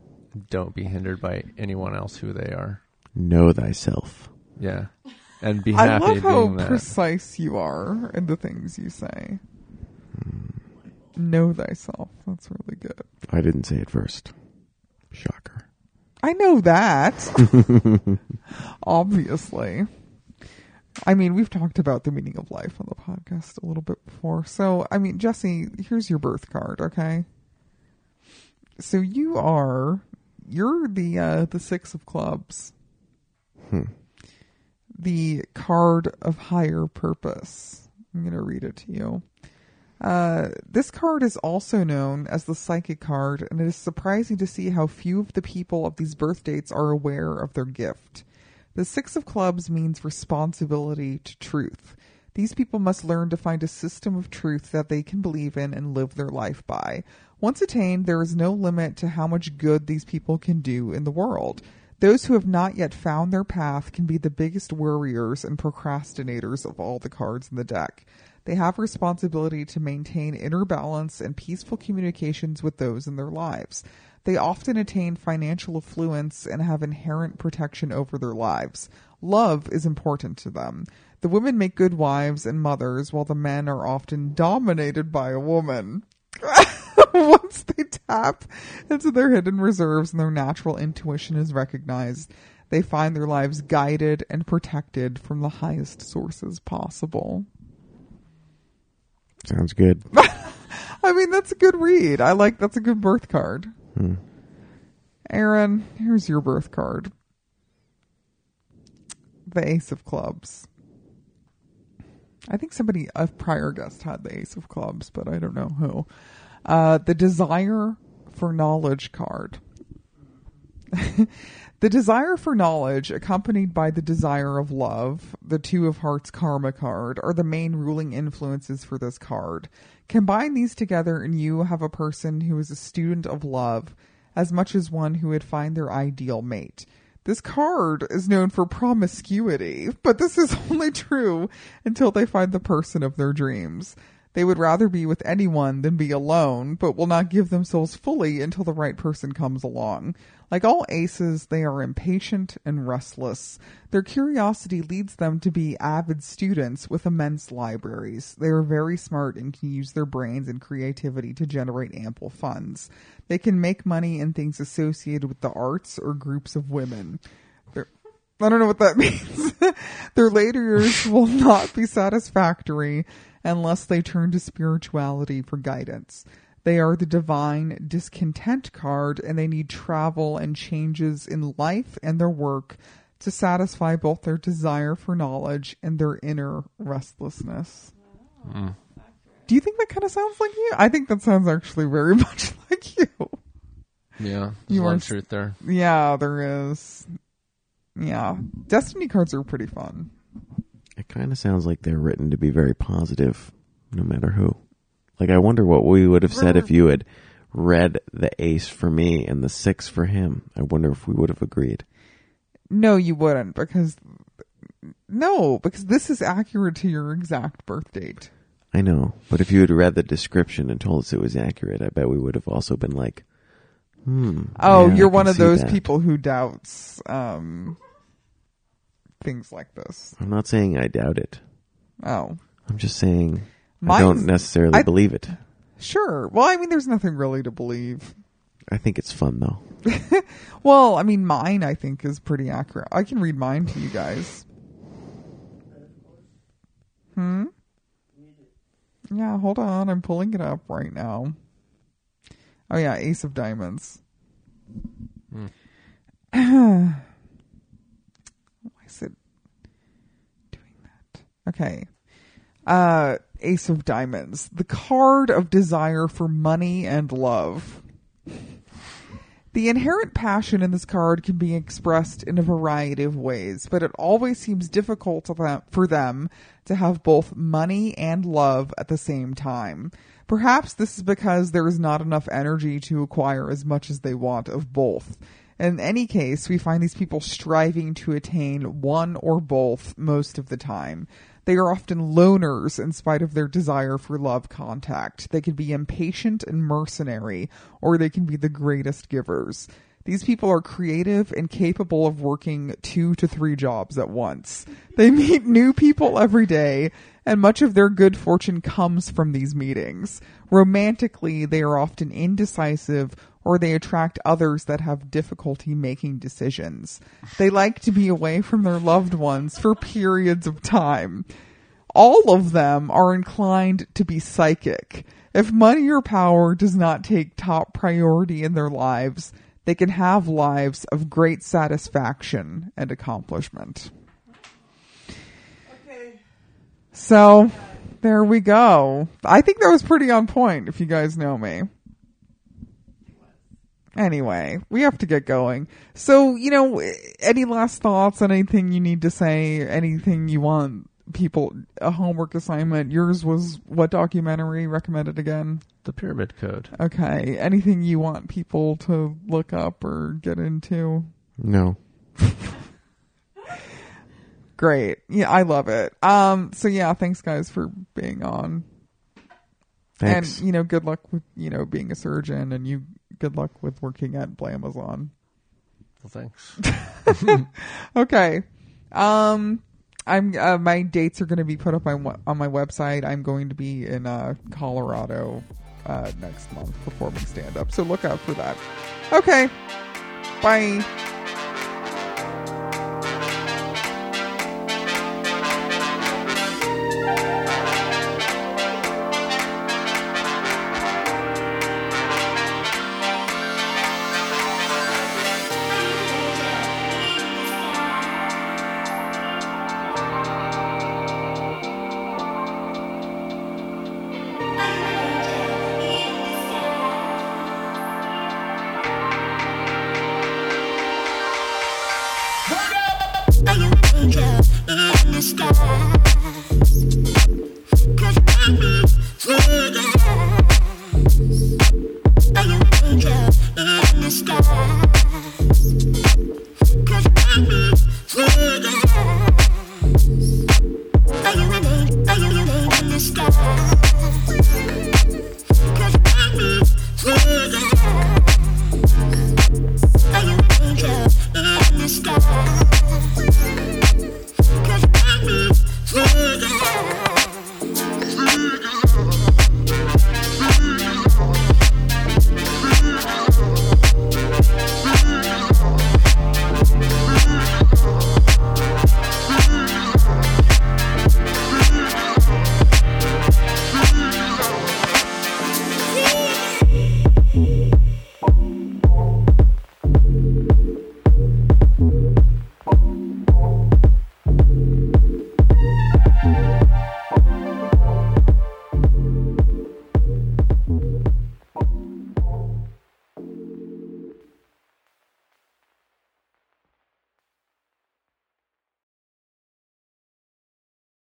D: Don't be hindered by anyone else who they are.
C: Know thyself.
D: Yeah. And be
A: I
D: happy
A: love how
D: being that.
A: precise you are in the things you say.
D: Hmm.
A: Know thyself. That's really good.
C: I didn't say it first. Shocker.
A: I know that. Obviously. I mean, we've talked about the meaning of life on the podcast a little bit before. So, I mean, Jesse, here's your birth card, okay? So you are you're the uh the 6 of clubs. The card of higher purpose. I'm going to read it to you. Uh, this card is also known as the psychic card, and it is surprising to see how few of the people of these birth dates are aware of their gift. The Six of Clubs means responsibility to truth. These people must learn to find a system of truth that they can believe in and live their life by. Once attained, there is no limit to how much good these people can do in the world. Those who have not yet found their path can be the biggest worriers and procrastinators of all the cards in the deck. They have responsibility to maintain inner balance and peaceful communications with those in their lives. They often attain financial affluence and have inherent protection over their lives. Love is important to them. The women make good wives and mothers, while the men are often dominated by a woman. Once they tap into their hidden reserves and their natural intuition is recognized, they find their lives guided and protected from the highest sources possible.
C: Sounds good.
A: I mean, that's a good read. I like that's a good birth card. Aaron, here's your birth card. The Ace of Clubs. I think somebody, a prior guest, had the Ace of Clubs, but I don't know who. Uh, the Desire for Knowledge card. The desire for knowledge, accompanied by the desire of love, the Two of Hearts karma card, are the main ruling influences for this card. Combine these together, and you have a person who is a student of love as much as one who would find their ideal mate. This card is known for promiscuity, but this is only true until they find the person of their dreams. They would rather be with anyone than be alone, but will not give themselves fully until the right person comes along. Like all aces, they are impatient and restless. Their curiosity leads them to be avid students with immense libraries. They are very smart and can use their brains and creativity to generate ample funds. They can make money in things associated with the arts or groups of women. They're- I don't know what that means. Their later years will not be satisfactory unless they turn to spirituality for guidance. They are the divine discontent card and they need travel and changes in life and their work to satisfy both their desire for knowledge and their inner restlessness. Do you think that kind of sounds like you? I think that sounds actually very much like you.
D: Yeah.
A: You
D: There's
A: are
D: one
A: s-
D: truth there.
A: Yeah, there is. Yeah. Destiny cards are pretty fun.
C: It kind of sounds like they're written to be very positive, no matter who. Like, I wonder what we would have said if you had read the ace for me and the six for him. I wonder if we would have agreed.
A: No, you wouldn't because no, because this is accurate to your exact birth date.
C: I know, but if you had read the description and told us it was accurate, I bet we would have also been like, hmm.
A: Oh,
C: yeah, I
A: you're
C: can
A: one of
C: see
A: those
C: that.
A: people who doubts um things like this.
C: I'm not saying I doubt it.
A: Oh,
C: I'm just saying I
A: Mine's-
C: don't necessarily
A: I-
C: believe it.
A: sure. Well, I mean, there's nothing really to believe.
C: I think it's fun though.
A: Well, I mean, mine I think is pretty accurate. I can read mine to you guys. Hmm. Yeah, hold on. I'm pulling it up right now. Oh yeah, Ace of Diamonds. Why is it doing that? Okay. Uh, Ace of Diamonds, the card of desire for money and love. The inherent passion in this card can be expressed in a variety of ways, but it always seems difficult to them, for them to have both money and love at the same time. Perhaps this is because there is not enough energy to acquire as much as they want of both. In any case, we find these people striving to attain one or both most of the time. They are often loners in spite of their desire for love contact. They can be impatient and mercenary, or they can be the greatest givers. These people are creative and capable of working two to three jobs at once. They meet new people every day, and much of their good fortune comes from these meetings. Romantically, they are often indecisive or they attract others that have difficulty making decisions. They like to be away from their loved ones for periods of time. All of them are inclined to be psychic. If money or power does not take top priority in their lives, they can have lives of great satisfaction and accomplishment. So, there we go. I think that was pretty on point, if you guys know me. Anyway, we have to get going. So, you know, any last thoughts, anything you need to say, anything you want people, a homework assignment? Yours was what documentary recommended again?
D: The Pyramid Code.
A: Okay. Anything you want people to look up or get into?
C: No.
A: Great. Yeah, I love it. Um, so yeah, thanks guys for being on.
C: Thanks.
A: And you know, good luck with, you know, being a surgeon and you good luck with working at Blamazon.
D: Well, thanks.
A: Okay. Um I'm uh, my dates are going to be put up on on my website. I'm going to be in uh Colorado uh next month performing stand up. So look out for that. Okay. Bye.
B: Are you angel in the sky?